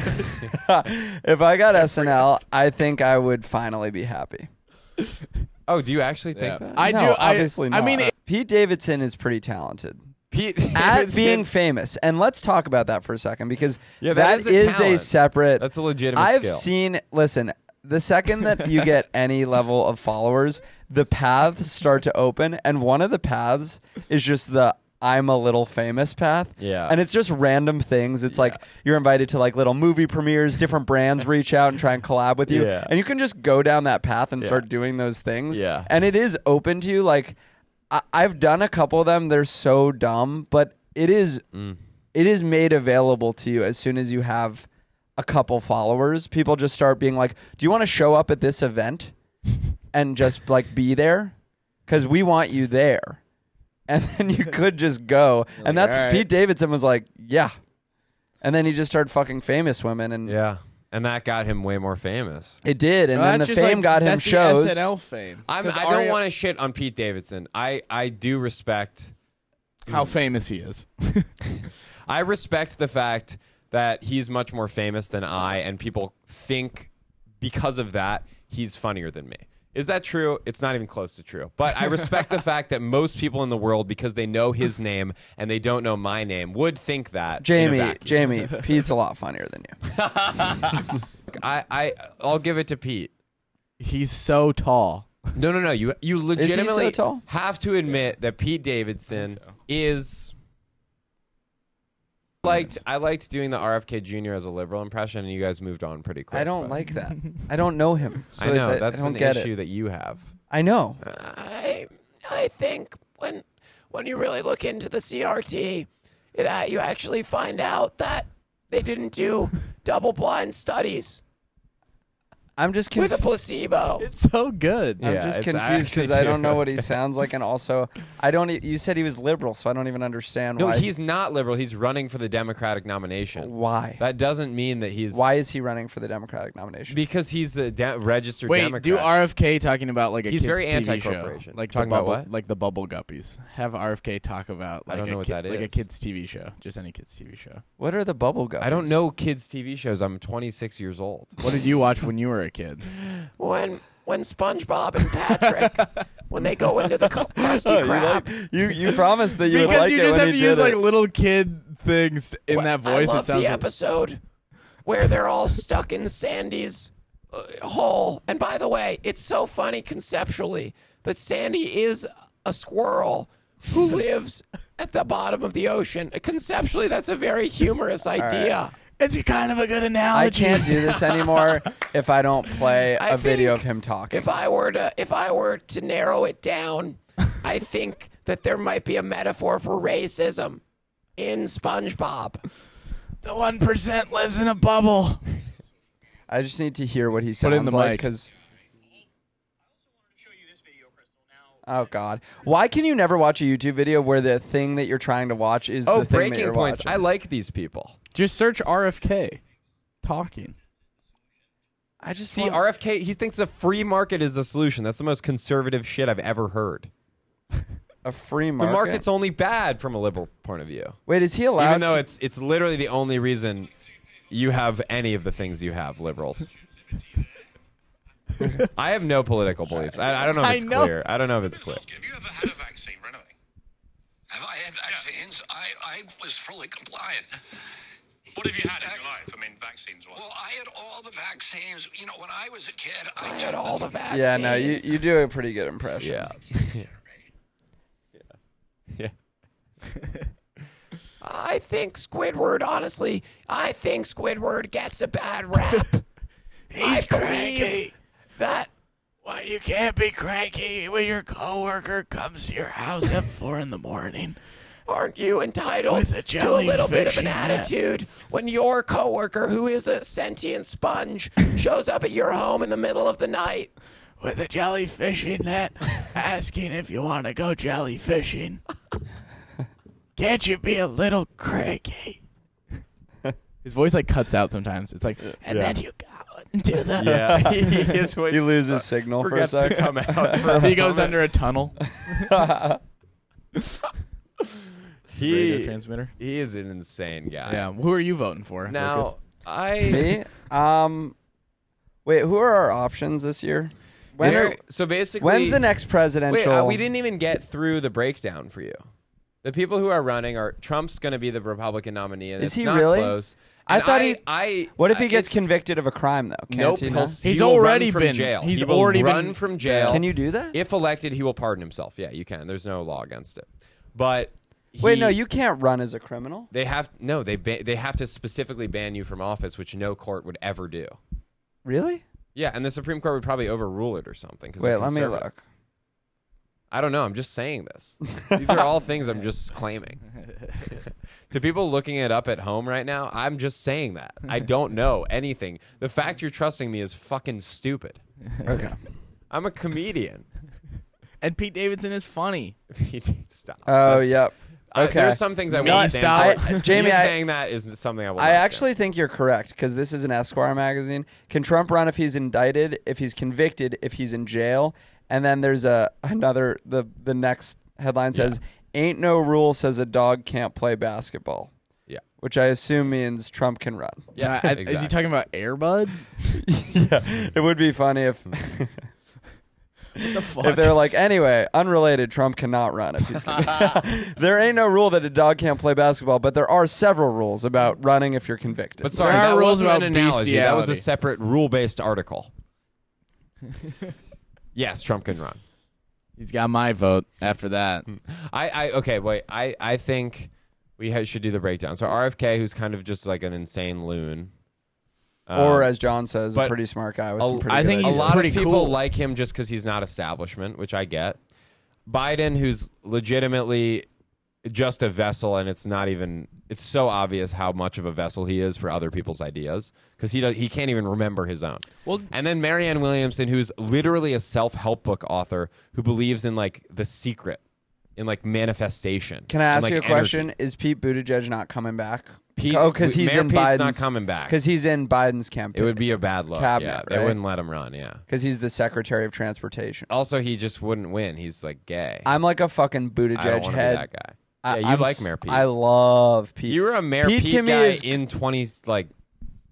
[SPEAKER 1] if I got SNL, I think I would finally be happy.
[SPEAKER 2] oh, do you actually think that?
[SPEAKER 3] I
[SPEAKER 1] No,
[SPEAKER 3] do. I-
[SPEAKER 1] Obviously,
[SPEAKER 3] I
[SPEAKER 1] not.
[SPEAKER 3] mean, it-
[SPEAKER 1] Pete Davidson is pretty talented
[SPEAKER 2] Pete
[SPEAKER 1] at being famous, and let's talk about that for a second because
[SPEAKER 2] Yeah, that is
[SPEAKER 1] that
[SPEAKER 2] a
[SPEAKER 1] is, a,
[SPEAKER 2] talent.
[SPEAKER 1] separate.
[SPEAKER 2] That's a legitimate
[SPEAKER 1] I've
[SPEAKER 2] skill.
[SPEAKER 1] seen. Listen, the second that you get any level of followers, the paths start to open, and one of the paths is just the. I'm a little famous path.
[SPEAKER 2] Yeah.
[SPEAKER 1] And it's just random things. It's like you're invited to like little movie premieres, different brands reach out and try and collab with you.
[SPEAKER 2] Yeah.
[SPEAKER 1] And you can just go down that path and start doing those things.
[SPEAKER 2] Yeah.
[SPEAKER 1] And it is open to you. Like I- I've done a couple of them. They're so dumb, but it is
[SPEAKER 2] Mm.
[SPEAKER 1] it is made available to you as soon as you have a couple followers. People just start being like, "Do you want to show up at this event and just like be there? Because we want you there." And then you could just go, and
[SPEAKER 3] like,
[SPEAKER 1] that's
[SPEAKER 3] "All right."
[SPEAKER 1] Pete Davidson was like, "Yeah." And then he just started fucking famous women, and
[SPEAKER 2] Yeah. And that got him way more famous.
[SPEAKER 1] it did. And then the fame got him
[SPEAKER 3] that's
[SPEAKER 1] shows.
[SPEAKER 3] The SNL fame.
[SPEAKER 2] I'm,
[SPEAKER 3] 'Cause
[SPEAKER 2] I don't
[SPEAKER 3] Ari-
[SPEAKER 2] want to shit on Pete Davidson. I, I do respect.
[SPEAKER 3] how famous he is.
[SPEAKER 2] I respect the fact that he's much more famous than I, and people think because of that he's funnier than me. Is that true? It's not even close to true. But I respect the fact that most people in the world, because they know his name and they don't know my name, would think that. in a
[SPEAKER 1] Jamie,
[SPEAKER 2] vacuum.
[SPEAKER 1] Jamie, Pete's a lot funnier than you.
[SPEAKER 2] I, I, I'll give it to Pete.
[SPEAKER 3] He's so tall.
[SPEAKER 2] No, no, no. You you legitimately
[SPEAKER 1] tall?
[SPEAKER 2] have to admit that Pete Davidson is liked. I liked doing the RFK Jr. as a liberal impression, and you guys moved on pretty quick.
[SPEAKER 1] I don't
[SPEAKER 2] but-
[SPEAKER 1] like that. I don't know him. So
[SPEAKER 2] I know
[SPEAKER 1] that-
[SPEAKER 2] that's
[SPEAKER 1] I don't
[SPEAKER 2] an
[SPEAKER 1] get
[SPEAKER 2] issue
[SPEAKER 1] it.
[SPEAKER 2] that you have.
[SPEAKER 1] I know.
[SPEAKER 2] I I think when when you really look into the CRT, it, uh, you actually find out that they didn't do double blind studies
[SPEAKER 1] I'm just confused.
[SPEAKER 2] placebo.
[SPEAKER 3] It's so good.
[SPEAKER 1] I'm
[SPEAKER 2] Yeah,
[SPEAKER 1] just
[SPEAKER 2] it's
[SPEAKER 1] confused because
[SPEAKER 2] actually
[SPEAKER 1] I don't know
[SPEAKER 2] true.
[SPEAKER 1] what he sounds like, and also I don't. e- You said he was liberal, so I don't even understand
[SPEAKER 2] No,
[SPEAKER 1] why.
[SPEAKER 2] he's not liberal. He's running for the Democratic nomination.
[SPEAKER 1] why?
[SPEAKER 2] That doesn't mean that he's
[SPEAKER 1] Why is he running for the Democratic nomination?
[SPEAKER 2] because he's a de- registered
[SPEAKER 3] Wait,
[SPEAKER 2] Democrat.
[SPEAKER 3] do RFK talking about like a
[SPEAKER 2] He's
[SPEAKER 3] kids
[SPEAKER 2] very
[SPEAKER 3] TV show,
[SPEAKER 2] anti-corporation.
[SPEAKER 3] like the
[SPEAKER 2] Talking about
[SPEAKER 3] bubble,
[SPEAKER 2] what?
[SPEAKER 3] like the bubble guppies. Have RFK talk about
[SPEAKER 2] I
[SPEAKER 3] like
[SPEAKER 2] don't
[SPEAKER 3] a
[SPEAKER 2] know what
[SPEAKER 3] kid-
[SPEAKER 2] that
[SPEAKER 3] like a
[SPEAKER 2] is.
[SPEAKER 3] kids TV show, just any kids TV show.
[SPEAKER 1] what are the bubble guppies?
[SPEAKER 2] I don't know kids TV shows. I'm 26 years old.
[SPEAKER 3] What did you watch when you were a kid?
[SPEAKER 2] When when SpongeBob and Patrick when they go into the Krusty
[SPEAKER 1] Oh, You you promised that you would like it when he did it.
[SPEAKER 3] little kid things in that voice. it sounds
[SPEAKER 2] episode where they're all stuck in Sandy's uh, hole. And by the way, it's so funny conceptually, but Sandy is a squirrel who lives at the bottom of the ocean. Conceptually, that's a very humorous idea.
[SPEAKER 3] it's kind of a good
[SPEAKER 1] I
[SPEAKER 3] analogy.
[SPEAKER 1] can't do this anymore if I don't play
[SPEAKER 2] I
[SPEAKER 1] a video of
[SPEAKER 2] think
[SPEAKER 1] him talking.
[SPEAKER 2] If I were to Uh, if I were to narrow it down, I think that there might be a metaphor for racism in SpongeBob.
[SPEAKER 3] The one percent lives in a bubble.
[SPEAKER 1] I just need to hear what he
[SPEAKER 3] it
[SPEAKER 1] sounds
[SPEAKER 3] in the
[SPEAKER 1] like
[SPEAKER 3] mic.
[SPEAKER 1] because. Oh God! Why can you never watch a YouTube video where the thing that you're trying to watch is
[SPEAKER 3] Oh,
[SPEAKER 2] Oh,
[SPEAKER 1] the thing that you're watching?
[SPEAKER 2] like these people.
[SPEAKER 3] Just search RFK talking.
[SPEAKER 1] I just
[SPEAKER 2] See,
[SPEAKER 1] want-
[SPEAKER 2] RFK, he thinks a free market is the solution. That's the most conservative shit I've ever heard.
[SPEAKER 1] a free
[SPEAKER 2] The
[SPEAKER 1] market.
[SPEAKER 2] market's only bad from a liberal point of view.
[SPEAKER 1] Wait, is he allowed?
[SPEAKER 2] Even though
[SPEAKER 1] to-
[SPEAKER 2] it's it's literally the only reason you have any of the things you have, liberals. I have no political beliefs. I, I don't know
[SPEAKER 3] I
[SPEAKER 2] if it's
[SPEAKER 3] know.
[SPEAKER 2] clear. I don't know if it's clear.
[SPEAKER 4] Have you ever had a vaccine, Renoway?
[SPEAKER 5] Have I had vaccines? I, I was fully compliant.
[SPEAKER 4] What have you had in your life? I mean, vaccines. What?
[SPEAKER 5] Well, I had all the vaccines. You know, when I was a kid, I, had all the vaccines.
[SPEAKER 1] yeah, no, you, you do a pretty good impression.
[SPEAKER 2] Yeah. yeah.
[SPEAKER 5] I think Squidward, honestly, I think Squidward gets a bad rap.
[SPEAKER 3] He's
[SPEAKER 5] cranky. that
[SPEAKER 3] Why you can't be cranky when your coworker comes to your house at four in the morning?
[SPEAKER 5] aren't you entitled
[SPEAKER 3] With a
[SPEAKER 5] to a little bit of
[SPEAKER 3] jellyfish in
[SPEAKER 5] an
[SPEAKER 3] that.
[SPEAKER 5] attitude when your coworker, who is a sentient sponge, shows up at your home in the middle of the night?
[SPEAKER 3] With a jellyfishing net, asking if you want to go jellyfishing. Can't you be a little cranky? His voice like cuts out sometimes. It's like, and then you go into the.
[SPEAKER 2] Yeah. he, is what-
[SPEAKER 1] He loses signal for a
[SPEAKER 2] uh, forgets to
[SPEAKER 1] second.
[SPEAKER 2] come out. for a
[SPEAKER 3] He goes
[SPEAKER 2] moment.
[SPEAKER 3] under a tunnel. Radio
[SPEAKER 2] He,
[SPEAKER 3] transmitter.
[SPEAKER 2] he is an insane guy.
[SPEAKER 3] Yeah. Who are you voting for? Lucas?
[SPEAKER 2] Now, I
[SPEAKER 1] Me? Um, wait, who are our options this year? When
[SPEAKER 2] There-
[SPEAKER 1] are,
[SPEAKER 2] so basically
[SPEAKER 1] when's the next
[SPEAKER 2] Wait,
[SPEAKER 1] presidential?
[SPEAKER 2] uh, we didn't even get through the breakdown for you. The people who are running are Trump's going to be the Republican nominee. And
[SPEAKER 1] Is
[SPEAKER 2] it's
[SPEAKER 1] he
[SPEAKER 2] not
[SPEAKER 1] really?
[SPEAKER 2] Close.
[SPEAKER 1] I
[SPEAKER 2] And
[SPEAKER 1] thought
[SPEAKER 2] I,
[SPEAKER 1] he-
[SPEAKER 2] I.
[SPEAKER 1] What if he
[SPEAKER 2] I-
[SPEAKER 1] gets
[SPEAKER 2] it's-
[SPEAKER 1] convicted of a crime though? Can't
[SPEAKER 2] Nope.
[SPEAKER 1] he
[SPEAKER 2] he'll-
[SPEAKER 1] not?
[SPEAKER 2] he
[SPEAKER 3] He's
[SPEAKER 2] will run
[SPEAKER 3] already
[SPEAKER 2] from
[SPEAKER 3] been-
[SPEAKER 2] jail.
[SPEAKER 3] he's
[SPEAKER 2] He will
[SPEAKER 3] already
[SPEAKER 2] run
[SPEAKER 3] been-
[SPEAKER 2] from jail.
[SPEAKER 1] Can you do that?
[SPEAKER 2] If elected, he will pardon himself. Yeah, you can. There's no law against it. But
[SPEAKER 1] Wait,
[SPEAKER 2] he-
[SPEAKER 1] no, you can't run as a criminal.
[SPEAKER 2] They have no. They ba- they have to specifically ban you from office, which no court would ever do.
[SPEAKER 1] Really?
[SPEAKER 2] Yeah, and the Supreme Court would probably overrule it or something. 'cause
[SPEAKER 1] Wait,
[SPEAKER 2] they're
[SPEAKER 1] let me
[SPEAKER 2] conservative.
[SPEAKER 1] look.
[SPEAKER 2] I don't know. I'm just saying this. These are all things I'm just claiming. to people looking it up at home right now, I'm just saying that. I don't know anything. The fact you're trusting me is fucking stupid.
[SPEAKER 1] Okay.
[SPEAKER 2] I'm a comedian.
[SPEAKER 3] and Pete Davidson is funny.
[SPEAKER 2] Pete, Stop.
[SPEAKER 1] Oh,
[SPEAKER 2] That's-
[SPEAKER 1] yep.
[SPEAKER 2] I-
[SPEAKER 1] Okay.
[SPEAKER 2] there's some things I won't
[SPEAKER 3] Nut
[SPEAKER 2] stand
[SPEAKER 1] stop.
[SPEAKER 2] for.
[SPEAKER 1] I- Jamie,
[SPEAKER 2] you
[SPEAKER 1] I-
[SPEAKER 2] saying that is something I will.
[SPEAKER 1] I actually think you're correct because this is an Esquire magazine. Can Trump run if he's indicted, if he's convicted, if he's in jail? And then there's a another the the next headline says ain't no rule says a dog can't play basketball,
[SPEAKER 2] Yeah.
[SPEAKER 1] which I assume means Trump can run.
[SPEAKER 2] Yeah.
[SPEAKER 3] I-
[SPEAKER 2] exactly.
[SPEAKER 3] Is he talking about Airbud?
[SPEAKER 1] yeah, it would be funny if
[SPEAKER 3] What the fuck?
[SPEAKER 1] if they're like anyway, unrelated. Trump cannot run if he's convicted. there ain't no rule that a dog can't play basketball, but there are several rules about running if you're convicted.
[SPEAKER 2] But sorry,
[SPEAKER 3] There are
[SPEAKER 2] that
[SPEAKER 3] rules
[SPEAKER 2] wasn't
[SPEAKER 3] about
[SPEAKER 2] an analogy. That was a
[SPEAKER 3] bestiality.
[SPEAKER 2] separate rule-based article. yes, Trump can run.
[SPEAKER 3] He's got my vote after that.
[SPEAKER 1] Hmm.
[SPEAKER 2] I, I okay, wait. I, I think we ha- should do the breakdown. So RFK, who's kind of just like an insane loon, um,
[SPEAKER 1] or as John says, a
[SPEAKER 2] but
[SPEAKER 1] pretty smart guy with
[SPEAKER 2] a-
[SPEAKER 1] some pretty.
[SPEAKER 3] I
[SPEAKER 1] good
[SPEAKER 3] think
[SPEAKER 2] a
[SPEAKER 3] he's
[SPEAKER 1] ideas.
[SPEAKER 2] lot
[SPEAKER 3] pretty
[SPEAKER 2] of people
[SPEAKER 3] cool.
[SPEAKER 2] like him just because he's not establishment, which I get. Biden, who's legitimately just a vessel, and it's not even. It's so obvious how much of a vessel he is for other people's ideas because he does, he can't even remember his own.
[SPEAKER 3] Well-
[SPEAKER 2] and then Marianne Williamson, who's literally a self help book author who believes in like the secret, in like manifestation.
[SPEAKER 1] Can I ask
[SPEAKER 2] and, like,
[SPEAKER 1] you a
[SPEAKER 2] energy.
[SPEAKER 1] question? Is Pete Buttigieg not coming back?
[SPEAKER 2] Pete-
[SPEAKER 1] oh, because he's
[SPEAKER 2] Mayor
[SPEAKER 1] in
[SPEAKER 2] Pete's
[SPEAKER 1] Biden's
[SPEAKER 2] not coming back.
[SPEAKER 1] Because he's in Biden's
[SPEAKER 2] It
[SPEAKER 1] campaign.
[SPEAKER 2] would be a bad look.
[SPEAKER 1] Cabinet,
[SPEAKER 2] yeah, they
[SPEAKER 1] right?
[SPEAKER 2] wouldn't let him run. Yeah.
[SPEAKER 1] because he's the Secretary of Transportation.
[SPEAKER 2] Also, he just wouldn't win. He's like gay.
[SPEAKER 1] I'm like a fucking
[SPEAKER 2] I don't
[SPEAKER 1] Buttigieg
[SPEAKER 2] wanna
[SPEAKER 1] head.
[SPEAKER 2] Be that guy.
[SPEAKER 1] I-
[SPEAKER 2] yeah, you
[SPEAKER 1] I'm
[SPEAKER 2] like
[SPEAKER 1] s-
[SPEAKER 2] Mayor Pete.
[SPEAKER 1] I love Pete.
[SPEAKER 2] you were a Mayor
[SPEAKER 1] Pete
[SPEAKER 2] Pete,
[SPEAKER 1] to me
[SPEAKER 2] guy
[SPEAKER 1] is-
[SPEAKER 2] in twenty like.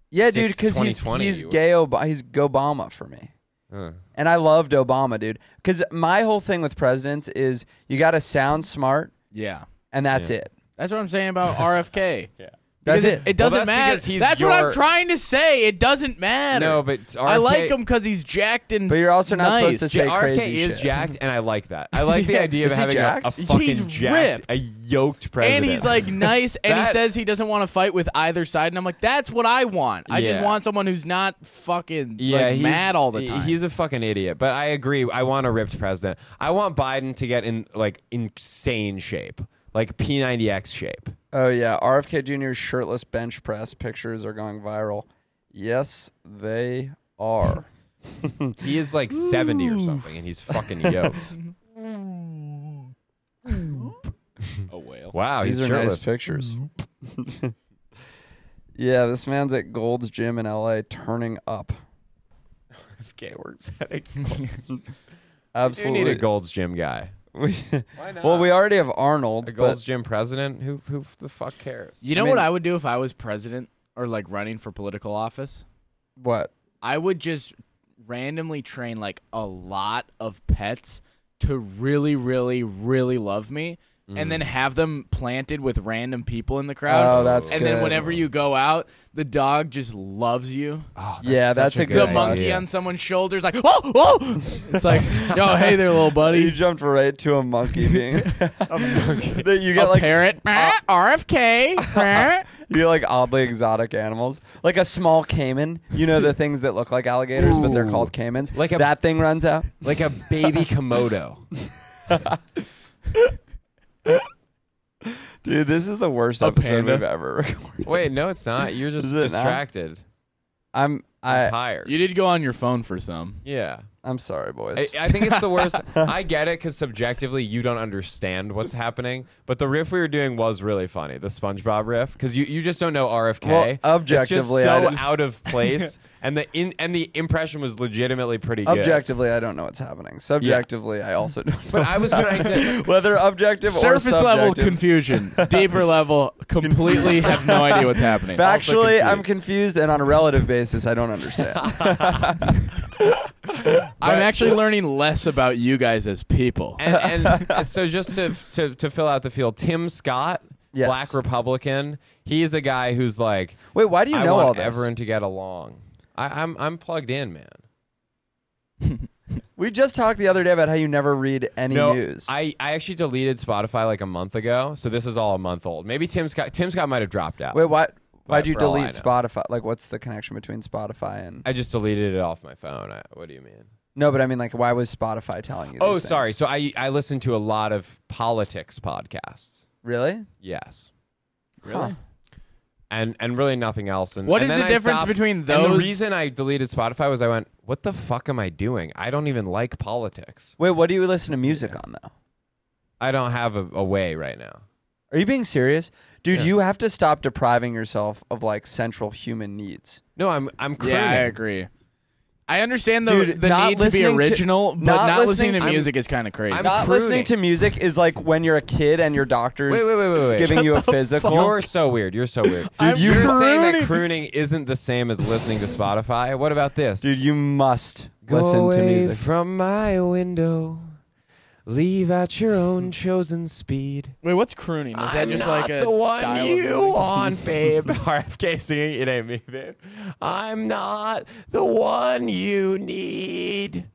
[SPEAKER 1] yeah, dude,
[SPEAKER 2] since
[SPEAKER 1] because he's
[SPEAKER 2] 2020,
[SPEAKER 1] he's
[SPEAKER 2] you were-
[SPEAKER 1] gay. Ob- he's Obama for me.
[SPEAKER 2] uh,
[SPEAKER 1] And I loved Obama, dude. Because my whole thing with presidents is you got to sound smart,
[SPEAKER 3] Yeah.
[SPEAKER 1] and that's
[SPEAKER 2] Yeah.
[SPEAKER 1] it.
[SPEAKER 3] That's what I'm saying about RFK. yeah.
[SPEAKER 1] That's
[SPEAKER 3] it,
[SPEAKER 1] it.
[SPEAKER 3] it doesn't
[SPEAKER 2] that's
[SPEAKER 3] matter.
[SPEAKER 2] because he's
[SPEAKER 3] that's what
[SPEAKER 2] your-
[SPEAKER 3] I'm trying to say. It doesn't matter.
[SPEAKER 2] No, but
[SPEAKER 3] I
[SPEAKER 2] RFK
[SPEAKER 3] like him because he's jacked and
[SPEAKER 1] But you're also not
[SPEAKER 3] nice.
[SPEAKER 1] supposed to say
[SPEAKER 2] J- RFK
[SPEAKER 1] crazy
[SPEAKER 2] is
[SPEAKER 1] shit.
[SPEAKER 2] jacked, and I like that. I like the
[SPEAKER 1] Yeah.
[SPEAKER 2] idea of
[SPEAKER 1] Is he
[SPEAKER 2] having a,
[SPEAKER 1] jacked?
[SPEAKER 2] a fucking
[SPEAKER 3] He's
[SPEAKER 2] jacked,
[SPEAKER 3] ripped.
[SPEAKER 2] a yoked
[SPEAKER 3] and
[SPEAKER 2] president.
[SPEAKER 3] he's like nice, and he
[SPEAKER 2] That-
[SPEAKER 3] says he doesn't want to fight with either side, and I'm like, that's what I want. I just
[SPEAKER 2] Yeah.
[SPEAKER 3] want someone who's not fucking
[SPEAKER 2] yeah,
[SPEAKER 3] like,
[SPEAKER 2] he's
[SPEAKER 3] mad all the
[SPEAKER 2] he-
[SPEAKER 3] time.
[SPEAKER 2] He's a fucking idiot. But I agree. I want a ripped president. I want Biden to get in like insane shape, like P90X shape.
[SPEAKER 1] Oh yeah, RFK Jr.'s shirtless bench press pictures are going viral. Yes, they are.
[SPEAKER 2] He is like seventy or something, and he's fucking yoked.
[SPEAKER 3] a whale.
[SPEAKER 2] Wow,
[SPEAKER 1] These
[SPEAKER 2] he's
[SPEAKER 1] are nice
[SPEAKER 2] shirtless.
[SPEAKER 1] pictures. Mm-hmm. yeah, this man's at Gold's Gym in LA turning up.
[SPEAKER 2] Okay, we're setting. You
[SPEAKER 1] Absolutely.
[SPEAKER 2] need a Gold's Gym guy.
[SPEAKER 1] We, Well, we already have Arnold.
[SPEAKER 2] A
[SPEAKER 1] but-
[SPEAKER 2] Gold's Gym president? Who who the fuck cares?
[SPEAKER 3] You know
[SPEAKER 1] I mean-
[SPEAKER 3] what I would do if I was president or like running for political office?
[SPEAKER 1] what?
[SPEAKER 3] I would just randomly train like a lot of pets to really, really, really love me, and
[SPEAKER 1] Mm.
[SPEAKER 3] then have them planted with random people in the crowd.
[SPEAKER 1] Oh, that's
[SPEAKER 3] and
[SPEAKER 1] good.
[SPEAKER 3] then whenever you go out, the dog just loves you.
[SPEAKER 1] yeah, that's
[SPEAKER 2] Ah, such
[SPEAKER 1] a
[SPEAKER 2] a
[SPEAKER 1] good.
[SPEAKER 3] the
[SPEAKER 2] idea.
[SPEAKER 3] monkey on someone's shoulders, like, oh, oh! It's like, oh, hey there, little
[SPEAKER 1] You
[SPEAKER 3] buddy.
[SPEAKER 1] jumped right to a monkey being. a monkey. you
[SPEAKER 3] A
[SPEAKER 1] get like uh,
[SPEAKER 3] parrot, RFK.
[SPEAKER 1] you get like oddly exotic animals, like a small caiman. You know the things that look like alligators, but they're called caimans.
[SPEAKER 2] Like a-
[SPEAKER 1] that thing runs out.
[SPEAKER 2] Like a baby Komodo.
[SPEAKER 1] Dude, this is the worst episode
[SPEAKER 3] panda?
[SPEAKER 1] we've ever recorded.
[SPEAKER 2] Wait, no, it's not. You're just
[SPEAKER 1] Is it not?
[SPEAKER 2] distracted.
[SPEAKER 1] I'm
[SPEAKER 2] I'm
[SPEAKER 1] I
[SPEAKER 2] tired.
[SPEAKER 3] you did go on your phone for some.
[SPEAKER 2] yeah.
[SPEAKER 1] I'm sorry, boys.
[SPEAKER 2] I, I think it's the worst. I get it because subjectively you don't understand what's happening. But the riff we were doing was really funny, the SpongeBob riff, because you, you just don't know RFK.
[SPEAKER 1] Well,
[SPEAKER 2] It's
[SPEAKER 1] objectively, I
[SPEAKER 2] just so
[SPEAKER 1] didn't-
[SPEAKER 2] out of place, and the in, and the impression was legitimately pretty good.
[SPEAKER 1] Objectively, I don't know what's happening. Subjectively, I also don't. know
[SPEAKER 2] But I was
[SPEAKER 1] what's
[SPEAKER 2] trying
[SPEAKER 1] happening.
[SPEAKER 2] to.
[SPEAKER 1] whether objective
[SPEAKER 3] Surface
[SPEAKER 1] or
[SPEAKER 3] level
[SPEAKER 1] subjective.
[SPEAKER 3] confusion, deeper level, completely have no idea what's happening.
[SPEAKER 1] Factually,
[SPEAKER 2] confused.
[SPEAKER 1] I'm confused, and on a relative basis, I don't understand.
[SPEAKER 3] I'm actually learning less about you guys as people.
[SPEAKER 2] and, and so just to, to to fill out the field, Tim Scott,
[SPEAKER 1] Yes.
[SPEAKER 2] black Republican, he's a guy who's like,
[SPEAKER 1] Wait, why do you
[SPEAKER 2] I
[SPEAKER 1] know
[SPEAKER 2] want
[SPEAKER 1] all this?
[SPEAKER 2] everyone to get along. I, I'm I'm plugged in, man.
[SPEAKER 1] we just talked the other day about how you never read any
[SPEAKER 2] No,
[SPEAKER 1] news.
[SPEAKER 2] I, I actually deleted Spotify like a month ago, so this is all a month old. Maybe Tim Scott Tim Scott might have dropped out.
[SPEAKER 1] Wait, what? Why'd
[SPEAKER 2] But
[SPEAKER 1] you
[SPEAKER 2] for all I
[SPEAKER 1] delete
[SPEAKER 2] know.
[SPEAKER 1] Spotify? Like, what's the connection between Spotify and
[SPEAKER 2] I just deleted it off my phone. I, what do you mean?
[SPEAKER 1] no? But I mean, like, why was Spotify telling you?
[SPEAKER 2] Oh,
[SPEAKER 1] these things?
[SPEAKER 2] sorry. So I I listen to a lot of politics podcasts.
[SPEAKER 1] Really?
[SPEAKER 2] Yes.
[SPEAKER 1] Really?
[SPEAKER 2] and and really nothing else. And
[SPEAKER 3] What
[SPEAKER 2] and
[SPEAKER 3] is
[SPEAKER 2] then
[SPEAKER 3] the
[SPEAKER 2] I
[SPEAKER 3] difference
[SPEAKER 2] stopped-
[SPEAKER 3] between
[SPEAKER 2] and the
[SPEAKER 3] those-
[SPEAKER 2] reason I deleted Spotify was I went, "What the fuck am I doing? I don't even like politics.
[SPEAKER 1] Wait, what do you listen to music on though?
[SPEAKER 2] I don't have a, a way right now."
[SPEAKER 1] Are you being serious? Dude, you have to stop depriving yourself of like central human needs.
[SPEAKER 2] No, I'm I'm crooning.
[SPEAKER 3] Yeah, I agree. I understand the,
[SPEAKER 1] Dude,
[SPEAKER 3] the
[SPEAKER 1] not
[SPEAKER 3] need to be
[SPEAKER 1] listening to-
[SPEAKER 3] original, but
[SPEAKER 1] not
[SPEAKER 3] not,
[SPEAKER 1] listening
[SPEAKER 3] listening,
[SPEAKER 1] to-
[SPEAKER 3] to music is kind of crazy.
[SPEAKER 2] I'm
[SPEAKER 1] Not listening
[SPEAKER 2] crooning.
[SPEAKER 1] to music is like when you're a kid and your doctor's
[SPEAKER 2] Wait, wait, wait, wait, wait.
[SPEAKER 1] giving you a physical.
[SPEAKER 2] You're so weird. You're so weird.
[SPEAKER 3] I'm
[SPEAKER 2] you're saying that
[SPEAKER 3] crooning.
[SPEAKER 2] crooning isn't the same as listening to Spotify. What about this?
[SPEAKER 1] Dude, you must listen to music.
[SPEAKER 2] from my window. Leave at your own chosen speed.
[SPEAKER 3] Wait, what's crooning? Is that
[SPEAKER 5] I'm
[SPEAKER 3] just
[SPEAKER 5] not
[SPEAKER 3] like a
[SPEAKER 5] the
[SPEAKER 3] style
[SPEAKER 5] one
[SPEAKER 3] of
[SPEAKER 5] you
[SPEAKER 3] music?
[SPEAKER 5] want, babe.
[SPEAKER 2] RFK singing, it ain't me, babe.
[SPEAKER 5] I'm not the one you need.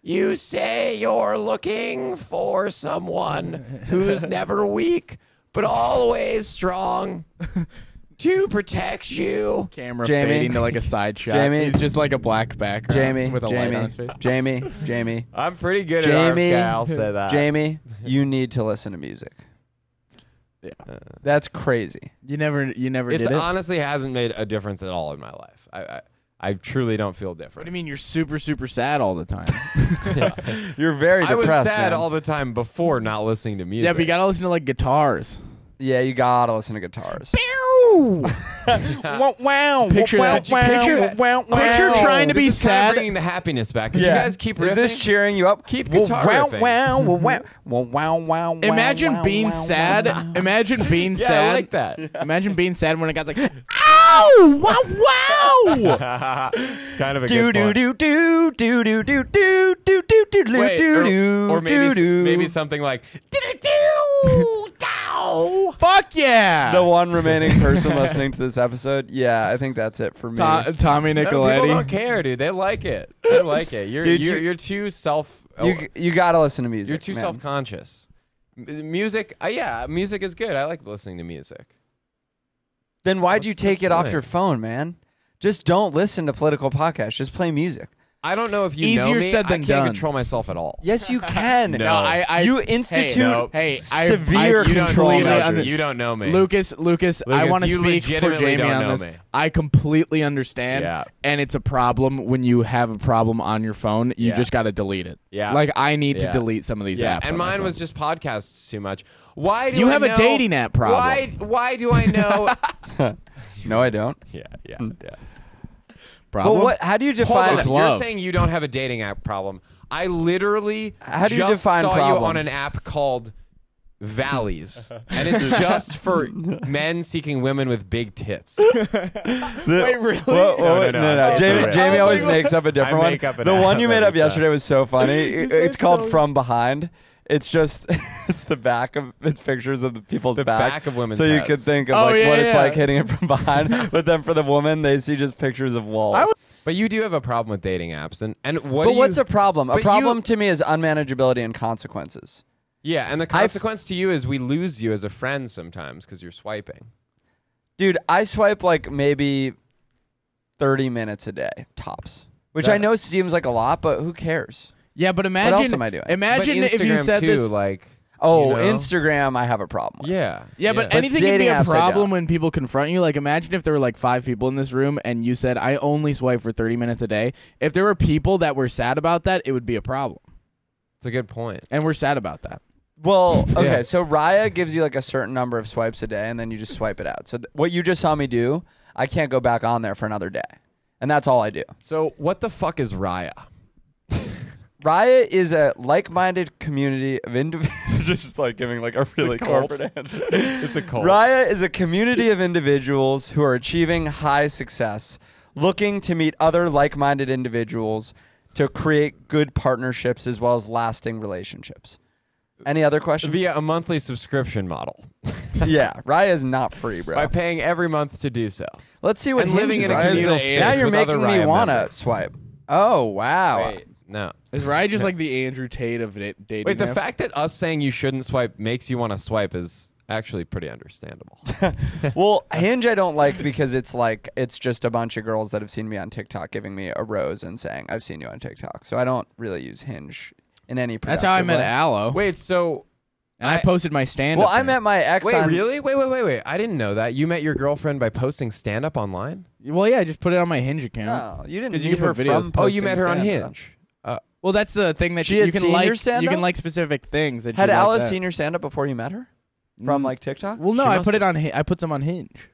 [SPEAKER 5] You say you're looking for someone who's never weak, but always strong to protect you.
[SPEAKER 3] camera
[SPEAKER 1] Jamie.
[SPEAKER 3] fading to like a side shot.
[SPEAKER 1] Jamie.
[SPEAKER 3] He's just like a black background
[SPEAKER 1] Jamie,
[SPEAKER 3] with a
[SPEAKER 1] Jamie,
[SPEAKER 3] light on his face.
[SPEAKER 1] Jamie, Jamie,
[SPEAKER 2] I'm pretty good
[SPEAKER 1] Jamie,
[SPEAKER 2] at RFK. I'll say that.
[SPEAKER 1] Jamie, you need to listen to music.
[SPEAKER 3] Yeah.
[SPEAKER 1] That's crazy.
[SPEAKER 3] You never, you never
[SPEAKER 2] It's
[SPEAKER 3] did it.
[SPEAKER 2] honestly hasn't made a difference at all in my life. I I, I truly don't feel different.
[SPEAKER 3] what do you mean? You're super, super sad all the time.
[SPEAKER 1] You're very
[SPEAKER 2] I was
[SPEAKER 1] depressed.
[SPEAKER 2] sad
[SPEAKER 1] man.
[SPEAKER 2] all the time before not listening to music.
[SPEAKER 3] yeah, but you gotta listen to like guitars.
[SPEAKER 1] yeah, you gotta listen to guitars.
[SPEAKER 3] wow, wow,
[SPEAKER 2] Picture
[SPEAKER 3] wow,
[SPEAKER 2] that.
[SPEAKER 3] wow,
[SPEAKER 2] Picture-
[SPEAKER 3] wow, wow.
[SPEAKER 2] Picture
[SPEAKER 3] trying to be
[SPEAKER 2] this is kinda
[SPEAKER 3] sad.
[SPEAKER 2] bringing the happiness back. Could
[SPEAKER 1] yeah.
[SPEAKER 2] you guys keep
[SPEAKER 1] Is this
[SPEAKER 2] riffing?
[SPEAKER 1] cheering you up?
[SPEAKER 2] Keep
[SPEAKER 1] Well,
[SPEAKER 2] guitar
[SPEAKER 1] wow,
[SPEAKER 2] riffing. Mm-hmm.
[SPEAKER 1] wow, wow, wow, wow, wow, wow, wow,
[SPEAKER 3] Imagine
[SPEAKER 1] wow,
[SPEAKER 3] being
[SPEAKER 1] wow,
[SPEAKER 3] sad.
[SPEAKER 1] wow.
[SPEAKER 3] Imagine being
[SPEAKER 2] Yeah,
[SPEAKER 3] sad.
[SPEAKER 2] I like that.
[SPEAKER 3] Imagine being sad when a guy's like, "Ow! Wow! Wow!"
[SPEAKER 2] it's kind of a
[SPEAKER 1] Do do
[SPEAKER 2] point.
[SPEAKER 1] do do do do do do do do do do
[SPEAKER 2] Wait,
[SPEAKER 1] do do
[SPEAKER 2] or, or maybe,
[SPEAKER 1] do do.
[SPEAKER 2] maybe something like
[SPEAKER 3] Fuck yeah!
[SPEAKER 1] the one remaining person listening to this episode. Yeah, I think that's it for me.
[SPEAKER 3] To- Tommy
[SPEAKER 2] no, people don't
[SPEAKER 3] Nicoletti.
[SPEAKER 2] care, dude. They like it. They like it. You're
[SPEAKER 1] Dude,
[SPEAKER 2] you're,
[SPEAKER 1] you-
[SPEAKER 2] you're too self. oh,
[SPEAKER 1] you you gotta listen to music.
[SPEAKER 2] you're too
[SPEAKER 1] man.
[SPEAKER 2] self conscious. Music, uh, yeah, music is good. I like listening to music.
[SPEAKER 1] Then why'd you
[SPEAKER 2] What's
[SPEAKER 1] take
[SPEAKER 2] the
[SPEAKER 1] it off
[SPEAKER 2] point?
[SPEAKER 1] your phone, man? Just don't listen to political podcasts. Just play music.
[SPEAKER 2] I don't know if you know
[SPEAKER 3] Easier
[SPEAKER 2] me.
[SPEAKER 3] said
[SPEAKER 2] I
[SPEAKER 3] than
[SPEAKER 2] can't
[SPEAKER 3] done.
[SPEAKER 2] control myself at all.
[SPEAKER 1] Yes, you can.
[SPEAKER 2] No.
[SPEAKER 3] No, I, I
[SPEAKER 1] you
[SPEAKER 3] hey, no.
[SPEAKER 1] institute
[SPEAKER 3] hey, I-
[SPEAKER 1] severe
[SPEAKER 3] I, you don't
[SPEAKER 1] control
[SPEAKER 3] really
[SPEAKER 2] measures.
[SPEAKER 1] measures.
[SPEAKER 2] You don't know me.
[SPEAKER 3] Lucas, Lucas, I
[SPEAKER 2] Lucas,
[SPEAKER 3] want to
[SPEAKER 2] you
[SPEAKER 3] speak for
[SPEAKER 2] legitimately
[SPEAKER 3] Jamie
[SPEAKER 2] don't
[SPEAKER 3] on
[SPEAKER 2] know
[SPEAKER 3] this.
[SPEAKER 2] me.
[SPEAKER 3] I completely understand,
[SPEAKER 2] Yeah.
[SPEAKER 3] and it's a problem when you have a problem on your phone. You
[SPEAKER 2] Yeah.
[SPEAKER 3] just got to delete it.
[SPEAKER 2] Yeah.
[SPEAKER 3] like I need to
[SPEAKER 2] Yeah.
[SPEAKER 3] delete some of these
[SPEAKER 2] Yeah,
[SPEAKER 3] apps.
[SPEAKER 2] and
[SPEAKER 3] on my
[SPEAKER 2] mine was
[SPEAKER 3] phone.
[SPEAKER 2] just podcasts too much. Why do
[SPEAKER 3] You
[SPEAKER 2] I
[SPEAKER 3] have a
[SPEAKER 2] know-
[SPEAKER 3] dating app problem.
[SPEAKER 2] Why? Why do I know?
[SPEAKER 1] No, I don't.
[SPEAKER 2] yeah, yeah,
[SPEAKER 3] Hmm.
[SPEAKER 2] yeah.
[SPEAKER 1] But
[SPEAKER 3] problem.
[SPEAKER 1] what? How do you
[SPEAKER 2] Hold
[SPEAKER 1] define?
[SPEAKER 2] on.
[SPEAKER 3] It's
[SPEAKER 2] You're
[SPEAKER 3] love.
[SPEAKER 2] saying you don't have a dating app problem. I literally
[SPEAKER 1] How do you
[SPEAKER 2] just
[SPEAKER 1] define
[SPEAKER 2] saw
[SPEAKER 1] problem?
[SPEAKER 2] you on an app called Valleys, and it's just for men seeking women with big tits.
[SPEAKER 3] Wait, really?
[SPEAKER 1] Whoa, whoa,
[SPEAKER 2] No,
[SPEAKER 1] wait,
[SPEAKER 2] no,
[SPEAKER 1] no,
[SPEAKER 2] no,
[SPEAKER 1] no,
[SPEAKER 2] I'm
[SPEAKER 1] Jamie,
[SPEAKER 2] sorry.
[SPEAKER 1] Jamie
[SPEAKER 2] I was
[SPEAKER 1] always
[SPEAKER 2] like,
[SPEAKER 1] makes up a different
[SPEAKER 2] make up
[SPEAKER 1] one.
[SPEAKER 2] an
[SPEAKER 1] The
[SPEAKER 2] app
[SPEAKER 1] one you made
[SPEAKER 2] every
[SPEAKER 1] up yesterday
[SPEAKER 2] time.
[SPEAKER 1] was so funny. It- it's called "From Behind." It's just it's the back of it's pictures of the people's
[SPEAKER 2] The
[SPEAKER 1] back,
[SPEAKER 2] back of women's
[SPEAKER 1] so you
[SPEAKER 2] heads.
[SPEAKER 1] could think of
[SPEAKER 3] Oh,
[SPEAKER 1] like
[SPEAKER 3] yeah,
[SPEAKER 1] what it's
[SPEAKER 3] yeah.
[SPEAKER 1] like hitting it from behind. but then for the woman, they see just pictures of walls.
[SPEAKER 2] But you do have a problem with dating apps, and and what?
[SPEAKER 1] but
[SPEAKER 2] do
[SPEAKER 1] what's
[SPEAKER 2] you,
[SPEAKER 1] a problem? A
[SPEAKER 2] but you-
[SPEAKER 1] problem to me is unmanageability and consequences.
[SPEAKER 2] Yeah, and the consequence to you is we lose you as a friend sometimes because you're swiping.
[SPEAKER 1] Dude, I swipe like maybe 30 minutes a day tops, which I
[SPEAKER 2] That-
[SPEAKER 1] know seems like a lot, but who cares?
[SPEAKER 3] yeah, but imagine.
[SPEAKER 1] else am I doing?
[SPEAKER 3] Imagine
[SPEAKER 2] but Instagram
[SPEAKER 3] if you said
[SPEAKER 2] too,
[SPEAKER 3] this.
[SPEAKER 2] like you
[SPEAKER 1] Oh,
[SPEAKER 2] know?
[SPEAKER 1] Instagram, I have a problem with.
[SPEAKER 2] Yeah,
[SPEAKER 3] yeah, but
[SPEAKER 1] But
[SPEAKER 3] anything can
[SPEAKER 1] dating
[SPEAKER 3] be
[SPEAKER 1] apps I
[SPEAKER 3] a
[SPEAKER 1] don't.
[SPEAKER 3] problem when people confront you. Like, imagine if there were like five people in this room and you said, "I only swipe for thirty minutes a day." If there were people that were sad about that, it would be a problem,
[SPEAKER 2] it's a good point.
[SPEAKER 3] and we're sad about that.
[SPEAKER 1] Well, okay,
[SPEAKER 2] Yeah.
[SPEAKER 1] so Raya gives you like a certain number of swipes a day, and then you just swipe it out. So th- what you just saw me do, I can't go back on there for another day, and that's all I do.
[SPEAKER 2] So what the fuck is Raya?
[SPEAKER 1] Raya is a like-minded community of individuals. just like giving like a really
[SPEAKER 2] cult.
[SPEAKER 1] answer.
[SPEAKER 2] It's a cult.
[SPEAKER 1] Raya is a community of individuals who are achieving high success, looking to meet other like-minded individuals to create good partnerships as well as lasting relationships. Any other questions?
[SPEAKER 2] Via a monthly subscription model
[SPEAKER 1] yeah, Raya is not free, bro.
[SPEAKER 2] by paying every month to do so.
[SPEAKER 1] Let's see what
[SPEAKER 2] And living in
[SPEAKER 1] Hinge
[SPEAKER 2] a
[SPEAKER 1] is like.
[SPEAKER 2] communal
[SPEAKER 1] Now
[SPEAKER 2] space
[SPEAKER 1] you're
[SPEAKER 2] with
[SPEAKER 1] making
[SPEAKER 2] other
[SPEAKER 1] me
[SPEAKER 2] Ryan
[SPEAKER 1] wanna
[SPEAKER 2] members.
[SPEAKER 1] swipe. Oh wow!
[SPEAKER 2] Wait, no.
[SPEAKER 3] Is Rye just like the Andrew Tate of da- dating?
[SPEAKER 2] Wait, the
[SPEAKER 3] apps?
[SPEAKER 2] fact that us saying you shouldn't swipe makes you want to swipe is actually pretty understandable.
[SPEAKER 1] Well, Hinge I don't like because it's like it's just a bunch of girls that have seen me on TikTok giving me a rose and saying I've seen you on TikTok. So I don't really use Hinge in any.
[SPEAKER 3] That's how I
[SPEAKER 1] productive
[SPEAKER 3] met
[SPEAKER 1] way.
[SPEAKER 3] Aloe.
[SPEAKER 2] Wait, so
[SPEAKER 3] and I,
[SPEAKER 2] I-
[SPEAKER 3] posted my stand.
[SPEAKER 1] Well, I met my ex.
[SPEAKER 2] wait,
[SPEAKER 1] on,
[SPEAKER 2] really? Wait, wait, wait, wait. I didn't know that. You met your girlfriend by posting stand up online?
[SPEAKER 3] Well, yeah, I just put it on my Hinge account.
[SPEAKER 1] No, you didn't
[SPEAKER 3] 'Cause you
[SPEAKER 1] meet
[SPEAKER 3] can
[SPEAKER 1] her
[SPEAKER 3] put videos.
[SPEAKER 1] from.
[SPEAKER 2] Oh, you
[SPEAKER 1] posting
[SPEAKER 2] met her on
[SPEAKER 1] stand-up.
[SPEAKER 2] Hinge. Uh,
[SPEAKER 3] Well, that's the thing that
[SPEAKER 1] She
[SPEAKER 3] you,
[SPEAKER 1] had
[SPEAKER 3] can
[SPEAKER 1] seen your
[SPEAKER 3] like. You
[SPEAKER 1] stand-up?
[SPEAKER 3] can like specific things that Mm.
[SPEAKER 1] Had
[SPEAKER 3] you like
[SPEAKER 1] Alice
[SPEAKER 3] that.
[SPEAKER 1] seen your stand up before you met her? from like TikTok?
[SPEAKER 3] Well, no,
[SPEAKER 2] She
[SPEAKER 3] I
[SPEAKER 2] must
[SPEAKER 3] put it on. Hi- I put some on Hinge.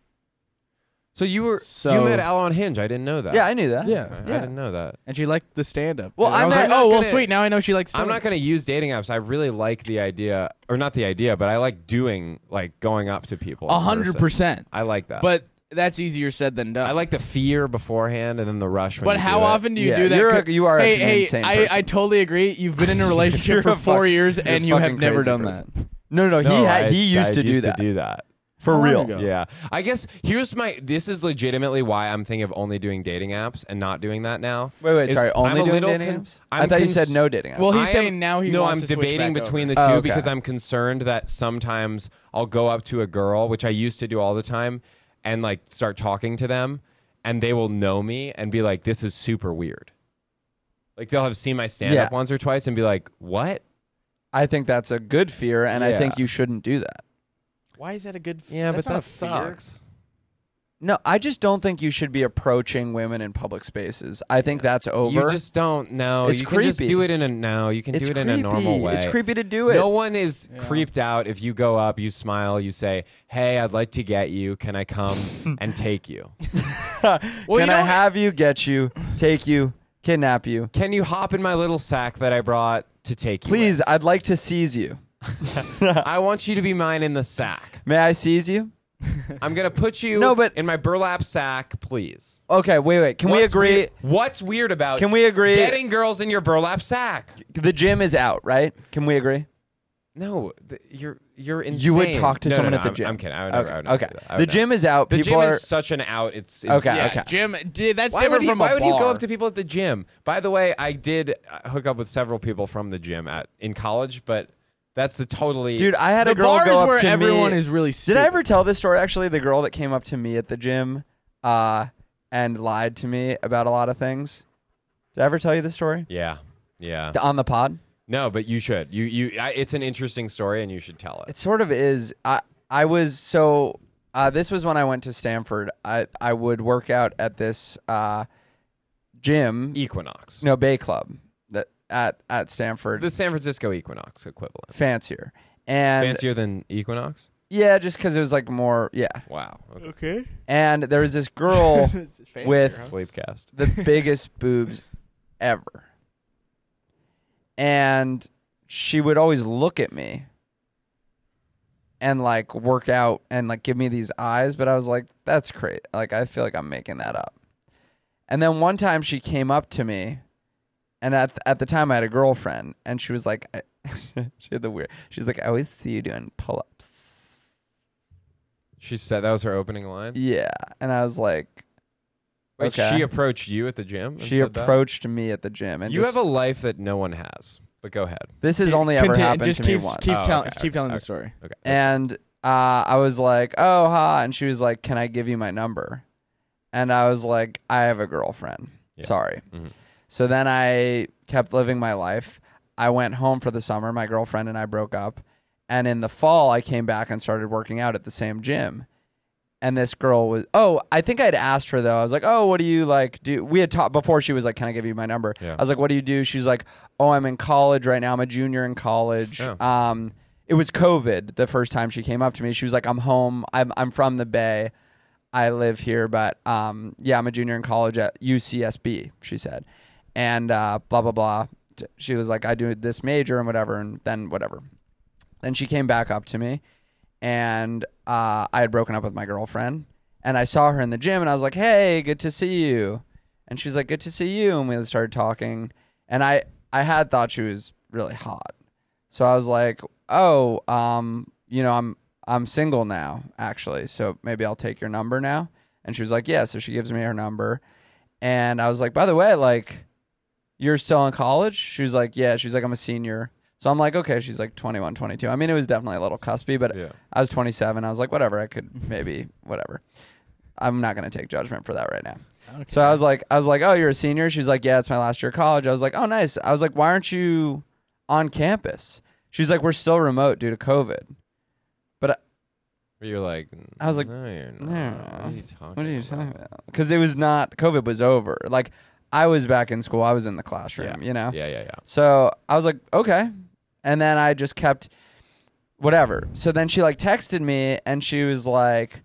[SPEAKER 2] So you were
[SPEAKER 3] So-
[SPEAKER 2] you met Al on Hinge. I didn't know that.
[SPEAKER 1] yeah, I knew that.
[SPEAKER 3] Yeah.
[SPEAKER 2] I, I
[SPEAKER 1] yeah.
[SPEAKER 2] didn't know that.
[SPEAKER 3] And she liked the stand up.
[SPEAKER 1] Well,
[SPEAKER 3] I
[SPEAKER 1] I'm
[SPEAKER 3] was like,
[SPEAKER 1] not-
[SPEAKER 3] oh,
[SPEAKER 2] I'm not
[SPEAKER 3] well,
[SPEAKER 2] gonna-
[SPEAKER 3] sweet. Now I know she likes.
[SPEAKER 2] I'm not
[SPEAKER 3] stand-up."
[SPEAKER 2] going to use dating apps. I really like the idea, or not the idea, but I like doing like going up to people.
[SPEAKER 3] A
[SPEAKER 2] in
[SPEAKER 3] hundred
[SPEAKER 2] person.
[SPEAKER 3] percent.
[SPEAKER 2] I like that.
[SPEAKER 3] But that's easier said than done.
[SPEAKER 2] I like the fear beforehand and then the rush. When
[SPEAKER 3] But
[SPEAKER 2] you
[SPEAKER 3] how
[SPEAKER 2] do it.
[SPEAKER 3] often do you
[SPEAKER 1] Yeah,
[SPEAKER 3] do that?
[SPEAKER 1] you're a-
[SPEAKER 3] Co-
[SPEAKER 1] you are a
[SPEAKER 3] hey, hey,
[SPEAKER 1] insane
[SPEAKER 3] I,
[SPEAKER 1] person.
[SPEAKER 3] I totally agree. You've been in a relationship
[SPEAKER 1] You're
[SPEAKER 3] for
[SPEAKER 1] a
[SPEAKER 3] four
[SPEAKER 1] fuck-
[SPEAKER 3] years
[SPEAKER 1] you're a
[SPEAKER 3] and you have
[SPEAKER 1] fucking
[SPEAKER 3] never
[SPEAKER 1] crazy
[SPEAKER 3] done
[SPEAKER 1] person.
[SPEAKER 3] that.
[SPEAKER 1] No, no, no.
[SPEAKER 2] No,
[SPEAKER 1] he had,
[SPEAKER 2] I-
[SPEAKER 1] he used
[SPEAKER 2] I
[SPEAKER 1] to do
[SPEAKER 2] used
[SPEAKER 1] that
[SPEAKER 2] To do that.
[SPEAKER 1] for
[SPEAKER 3] long
[SPEAKER 1] real.
[SPEAKER 3] ago.
[SPEAKER 2] Yeah. I guess here's my this is legitimately why I'm thinking of only doing dating apps and not doing that now.
[SPEAKER 1] Wait, wait,
[SPEAKER 2] Is
[SPEAKER 1] sorry.
[SPEAKER 2] I'm
[SPEAKER 1] Only
[SPEAKER 2] a
[SPEAKER 1] doing
[SPEAKER 2] little
[SPEAKER 1] dating
[SPEAKER 2] con-
[SPEAKER 1] apps?
[SPEAKER 2] I'm
[SPEAKER 1] I thought you
[SPEAKER 2] cons-
[SPEAKER 1] said no dating apps.
[SPEAKER 3] Well, he's
[SPEAKER 2] I am-
[SPEAKER 3] saying now he
[SPEAKER 2] No,
[SPEAKER 3] wants
[SPEAKER 2] I'm
[SPEAKER 3] to switch
[SPEAKER 2] debating
[SPEAKER 3] back
[SPEAKER 2] between
[SPEAKER 3] over.
[SPEAKER 2] the two
[SPEAKER 1] Oh, okay.
[SPEAKER 2] because I'm concerned that sometimes I'll go up to a girl, which I used to do all the time, and like start talking to them and they will know me and be like, This is super weird. Like they'll have seen my stand up
[SPEAKER 1] Yeah.
[SPEAKER 2] once or twice and be like, What?
[SPEAKER 1] I think that's a good fear, and I
[SPEAKER 2] Yeah.
[SPEAKER 1] think you shouldn't do that.
[SPEAKER 3] Why is that a good? F-
[SPEAKER 2] Yeah,
[SPEAKER 3] that's
[SPEAKER 2] but that
[SPEAKER 3] not a fear.
[SPEAKER 2] sucks.
[SPEAKER 1] No, I just don't think you should be approaching women in public spaces. I think that's over.
[SPEAKER 2] You just don't know.
[SPEAKER 1] It's
[SPEAKER 2] you can just
[SPEAKER 1] creepy.
[SPEAKER 2] do it in a no. You can
[SPEAKER 1] it's
[SPEAKER 2] do it
[SPEAKER 1] creepy.
[SPEAKER 2] in a normal way.
[SPEAKER 1] It's creepy to do it.
[SPEAKER 2] No one is creeped out if you go up, you smile, you say, "Hey, I'd like to get you. Can I come and take you?
[SPEAKER 3] Well,
[SPEAKER 1] Can
[SPEAKER 3] you
[SPEAKER 1] I
[SPEAKER 3] know-
[SPEAKER 1] have you, get you, take you, kidnap you?
[SPEAKER 2] Can you hop in my little sack that I brought to take you?
[SPEAKER 1] Please, I'd like to seize you.
[SPEAKER 2] in? I want you to be mine in the sack.
[SPEAKER 1] May I seize you?
[SPEAKER 2] I'm gonna put you
[SPEAKER 1] No, but-
[SPEAKER 2] in my burlap sack, please.
[SPEAKER 1] Okay, wait, wait. Can we
[SPEAKER 2] What's
[SPEAKER 1] agree?
[SPEAKER 2] weird- what's weird about?
[SPEAKER 1] Can we agree-
[SPEAKER 2] Getting girls in your burlap sack?
[SPEAKER 1] The gym is out, right? Can we agree?
[SPEAKER 2] No, th- you're you're insane.
[SPEAKER 1] You would talk to
[SPEAKER 2] No, no,
[SPEAKER 1] someone
[SPEAKER 2] no,
[SPEAKER 1] at the
[SPEAKER 2] I'm-
[SPEAKER 1] gym.
[SPEAKER 2] I'm kidding. I would never.
[SPEAKER 1] okay.
[SPEAKER 2] I would never
[SPEAKER 1] okay.
[SPEAKER 2] do that. I
[SPEAKER 1] the
[SPEAKER 2] would
[SPEAKER 1] gym is out.
[SPEAKER 2] The
[SPEAKER 1] People
[SPEAKER 2] gym
[SPEAKER 1] are.
[SPEAKER 2] is such an out. It's, it's
[SPEAKER 1] Okay,
[SPEAKER 3] Yeah,
[SPEAKER 1] okay.
[SPEAKER 3] Jim, dude, that's
[SPEAKER 2] Why
[SPEAKER 3] different
[SPEAKER 2] would, you,
[SPEAKER 3] from a
[SPEAKER 2] why would you go
[SPEAKER 3] bar.
[SPEAKER 2] up to people at the gym? By the way, I did uh, hook up with several people from the gym at in college, but that's the totally
[SPEAKER 1] Dude, I had
[SPEAKER 3] the
[SPEAKER 1] a girl
[SPEAKER 3] bars
[SPEAKER 1] go up
[SPEAKER 3] where
[SPEAKER 1] to
[SPEAKER 3] everyone
[SPEAKER 1] me.
[SPEAKER 3] is really
[SPEAKER 1] Did
[SPEAKER 3] stupid.
[SPEAKER 1] I ever tell this story? Actually, the girl that came up to me at the gym, uh, and lied to me about a lot of things. Did I ever tell you this story
[SPEAKER 2] yeah, yeah.
[SPEAKER 1] on the pod?
[SPEAKER 2] No, but you should. You you. I, it's an interesting story, and you should tell it.
[SPEAKER 1] It sort of is. I I was so. Uh, this was when I went to Stanford. I I would work out at this uh, gym,
[SPEAKER 2] Equinox,
[SPEAKER 1] no Bay Club, that at at Stanford,
[SPEAKER 2] the San Francisco Equinox equivalent,
[SPEAKER 1] fancier and
[SPEAKER 2] fancier than Equinox.
[SPEAKER 1] yeah, just because it was like more yeah.
[SPEAKER 2] Wow, okay.
[SPEAKER 3] Okay.
[SPEAKER 1] And there was this girl with
[SPEAKER 2] Sleepcast.
[SPEAKER 1] the biggest boobs ever. And she would always look at me and like work out and like give me these eyes, but I was like, that's crazy. Like I feel like I'm making that up. And then one time she came up to me and at at the time I had a girlfriend and she was like I- she had the weird she's like, I always see you doing pull ups.
[SPEAKER 2] She said that was her opening line.
[SPEAKER 1] Yeah. And I was like
[SPEAKER 2] Wait,
[SPEAKER 1] okay.
[SPEAKER 2] she approached you at the gym. and
[SPEAKER 1] she
[SPEAKER 2] said that?
[SPEAKER 1] approached me at the gym and
[SPEAKER 2] You
[SPEAKER 1] just-
[SPEAKER 2] have a life that no one has. But go ahead.
[SPEAKER 1] This has only ever
[SPEAKER 3] Contin-
[SPEAKER 1] happened
[SPEAKER 3] just
[SPEAKER 1] to me
[SPEAKER 3] keep,
[SPEAKER 1] once.
[SPEAKER 3] Keep,
[SPEAKER 2] Oh,
[SPEAKER 3] tell-
[SPEAKER 2] okay,
[SPEAKER 3] keep
[SPEAKER 2] okay,
[SPEAKER 3] telling
[SPEAKER 2] okay.
[SPEAKER 3] the story.
[SPEAKER 2] Okay.
[SPEAKER 1] and uh, I was like, "Oh, hi," and she was like, "Can I give you my number?" And I was like, "I have a girlfriend.
[SPEAKER 2] Yeah.
[SPEAKER 1] Sorry."
[SPEAKER 3] Mm-hmm.
[SPEAKER 2] Mhm.
[SPEAKER 1] So then I kept living my life. I went home for the summer. My girlfriend and I broke up, and in the fall, I came back and started working out at the same gym. And this girl was, oh, I think I'd asked her though. I was like, oh, what do you like do? We had talked before she was like, can I give you my number?
[SPEAKER 2] Yeah.
[SPEAKER 1] I was like, what do you do? She's like, oh, I'm in college right now. I'm a junior in college.
[SPEAKER 2] Oh.
[SPEAKER 1] Um, it was COVID the first time she came up to me. She was like, I'm home. I'm, I'm from the Bay. I live here, but um, yeah, I'm a junior in college at UCSB, she said. And uh, blah, blah, blah. T- She was like, I do this major and whatever, and then whatever. Then she came back up to me, and uh, I had broken up with my girlfriend. And I saw her in the gym, and I was like, "Hey, good to see you." And she's like, "Good to see you." And we started talking, and I I had thought she was really hot, so I was like, "Oh, um, you know, I'm I'm single now, actually, so maybe I'll take your number now." And she was like, "Yeah." So she gives me her number, and I was like, "By the way, like." you're still in college? She was like, yeah. She's like, I'm a senior. So I'm like, okay. She's like 21, 22. I mean, it was definitely a little cuspy, but
[SPEAKER 2] Yeah.
[SPEAKER 1] I was 27. I was like, whatever. I could maybe, whatever. I'm not going to take judgment for that right now. So I was like, I was like, oh, you're a senior. She's like, yeah, it's my last year of college. I was like, oh, nice. I was like, why aren't you on campus? She's like, we're still remote due to COVID. But I,
[SPEAKER 2] But You're like,
[SPEAKER 1] I was like,
[SPEAKER 2] no, you're not.
[SPEAKER 1] no.
[SPEAKER 2] What are you talking?
[SPEAKER 1] what are you talking about? Because it was not COVID was over. Like I was back in school. I was in the classroom. You know.
[SPEAKER 2] Yeah, yeah, yeah.
[SPEAKER 1] So I was like, okay. And then I just kept, whatever. So then she like texted me and she was like,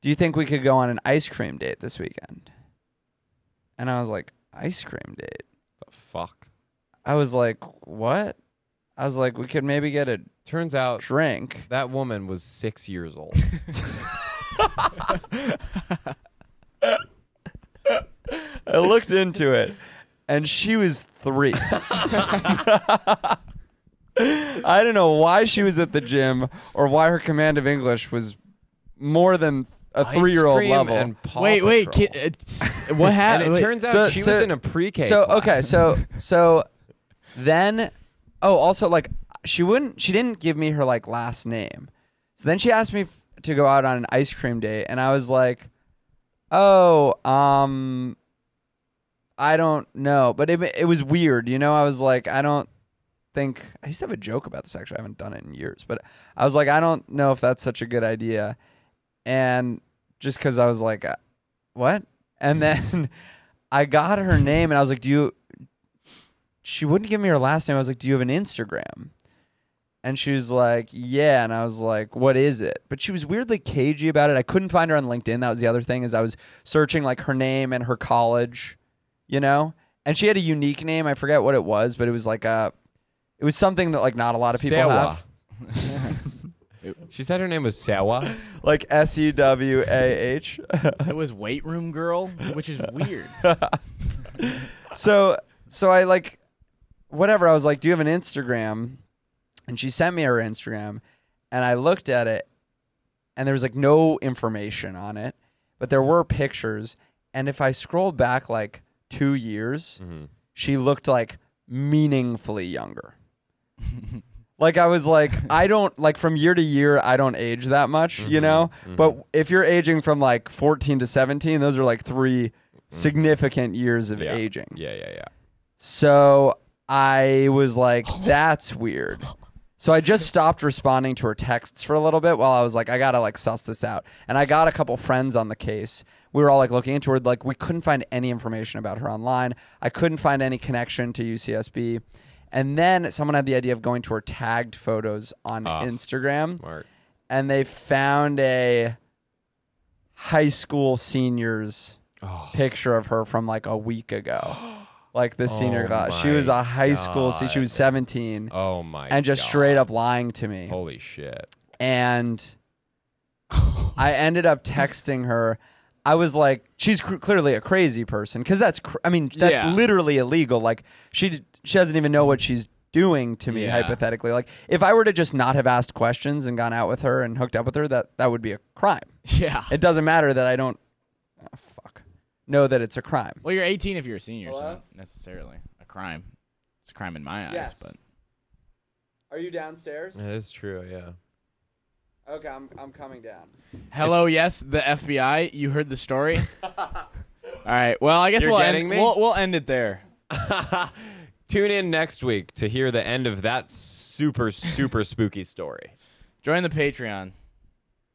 [SPEAKER 1] "Do you think we could go on an ice cream date this weekend?" And I was like, "Ice cream date."
[SPEAKER 2] The fuck.
[SPEAKER 1] I was like, "What?" I was like, "We could maybe get a
[SPEAKER 2] Turns out
[SPEAKER 1] drink."
[SPEAKER 2] that woman was six years old.
[SPEAKER 1] I looked into it, and she was three. I don't know why she was at the gym or why her command of English was more than a three-year-old
[SPEAKER 2] Ice cream
[SPEAKER 1] level.
[SPEAKER 2] And Paw
[SPEAKER 3] wait, wait.
[SPEAKER 2] Patrol.
[SPEAKER 3] Ki- uh, it's, what
[SPEAKER 2] and
[SPEAKER 3] happened?
[SPEAKER 2] it turns out
[SPEAKER 1] So-
[SPEAKER 2] she
[SPEAKER 1] so-
[SPEAKER 2] was in a pre-K.
[SPEAKER 1] so
[SPEAKER 2] class.
[SPEAKER 1] okay, so so then oh, also like she wouldn't she didn't give me her like last name. So then she asked me f- to go out on an ice cream date and I was like, "Oh, um I don't know." But it it was weird, you know? I was like, "I don't think I used to have a joke about this actually. I haven't done it in years, but I was like, I don't know if that's such a good idea." And just cuz I was like, uh, "What?" And then I got her name and I was like, "Do you?" She wouldn't give me her last name. I was like, "Do you have an Instagram?" And she was like, "Yeah." And I was like, "What is it?" But she was weirdly cagey about it. I couldn't find her on LinkedIn. That was the other thing is I was searching like her name and her college, you know. And she had a unique name. I forget what it was, but it was like a, it was something that like not a lot of people
[SPEAKER 2] Sawa.
[SPEAKER 1] have,
[SPEAKER 2] she said her name was Sawa.
[SPEAKER 1] like S U W A H.
[SPEAKER 3] it was weight room girl, which is weird.
[SPEAKER 1] so so I like whatever. I was like, "Do you have an Instagram?" And she sent me her Instagram, and I looked at it, and there was like no information on it, but there were pictures. And if I scroll back like two years, she looked like meaningfully younger. like I was like, I don't like from year to year, I don't age that much, you know. But if you're aging from like 14 to 17, those are like three significant years of
[SPEAKER 2] Yeah.
[SPEAKER 1] aging.
[SPEAKER 2] Yeah, yeah, yeah.
[SPEAKER 1] So I was like, that's weird. So I just stopped responding to her texts for a little bit while I was like, I gotta like suss this out. And I got a couple friends on the case. We were all like looking into her. Like we couldn't find any information about her online. I couldn't find any connection to UCSB. And then someone had the idea of going to her tagged photos on Instagram,
[SPEAKER 2] Smart.
[SPEAKER 1] and they found a high school seniors
[SPEAKER 2] Oh,
[SPEAKER 1] picture of her from like a week ago. Like the senior
[SPEAKER 2] Oh
[SPEAKER 1] class. She
[SPEAKER 2] my
[SPEAKER 1] was a high school se- she was 17
[SPEAKER 2] Oh my.
[SPEAKER 1] and just
[SPEAKER 2] God. Oh.
[SPEAKER 1] straight up lying to me.
[SPEAKER 2] Holy shit.
[SPEAKER 1] And I ended up texting her. I was like she's cr- clearly a crazy person cuz that's cr- I mean that's
[SPEAKER 3] Yeah.
[SPEAKER 1] literally illegal. Like she d- she doesn't even know what she's doing to me
[SPEAKER 3] Yeah.
[SPEAKER 1] hypothetically. Like if I were to just not have asked questions and gone out with her and hooked up with her that that would be a crime.
[SPEAKER 3] yeah.
[SPEAKER 1] It doesn't matter that I don't oh, fuck know that it's a crime.
[SPEAKER 3] Well, you're 18 if you're a senior, so
[SPEAKER 1] Hello?
[SPEAKER 3] not necessarily a crime. It's a crime in my eyes,
[SPEAKER 1] Yes.
[SPEAKER 3] but
[SPEAKER 1] Are you downstairs?
[SPEAKER 2] That is true. Yeah.
[SPEAKER 1] Okay, I'm I'm coming down.
[SPEAKER 3] hello, yes, the FBI. You heard the story. All right. Well, I guess
[SPEAKER 2] You're
[SPEAKER 3] we'll
[SPEAKER 2] getting
[SPEAKER 3] end,
[SPEAKER 2] me?
[SPEAKER 3] we'll we'll end it there.
[SPEAKER 2] Tune in next week to hear the end of that super super spooky story.
[SPEAKER 3] Join the Patreon.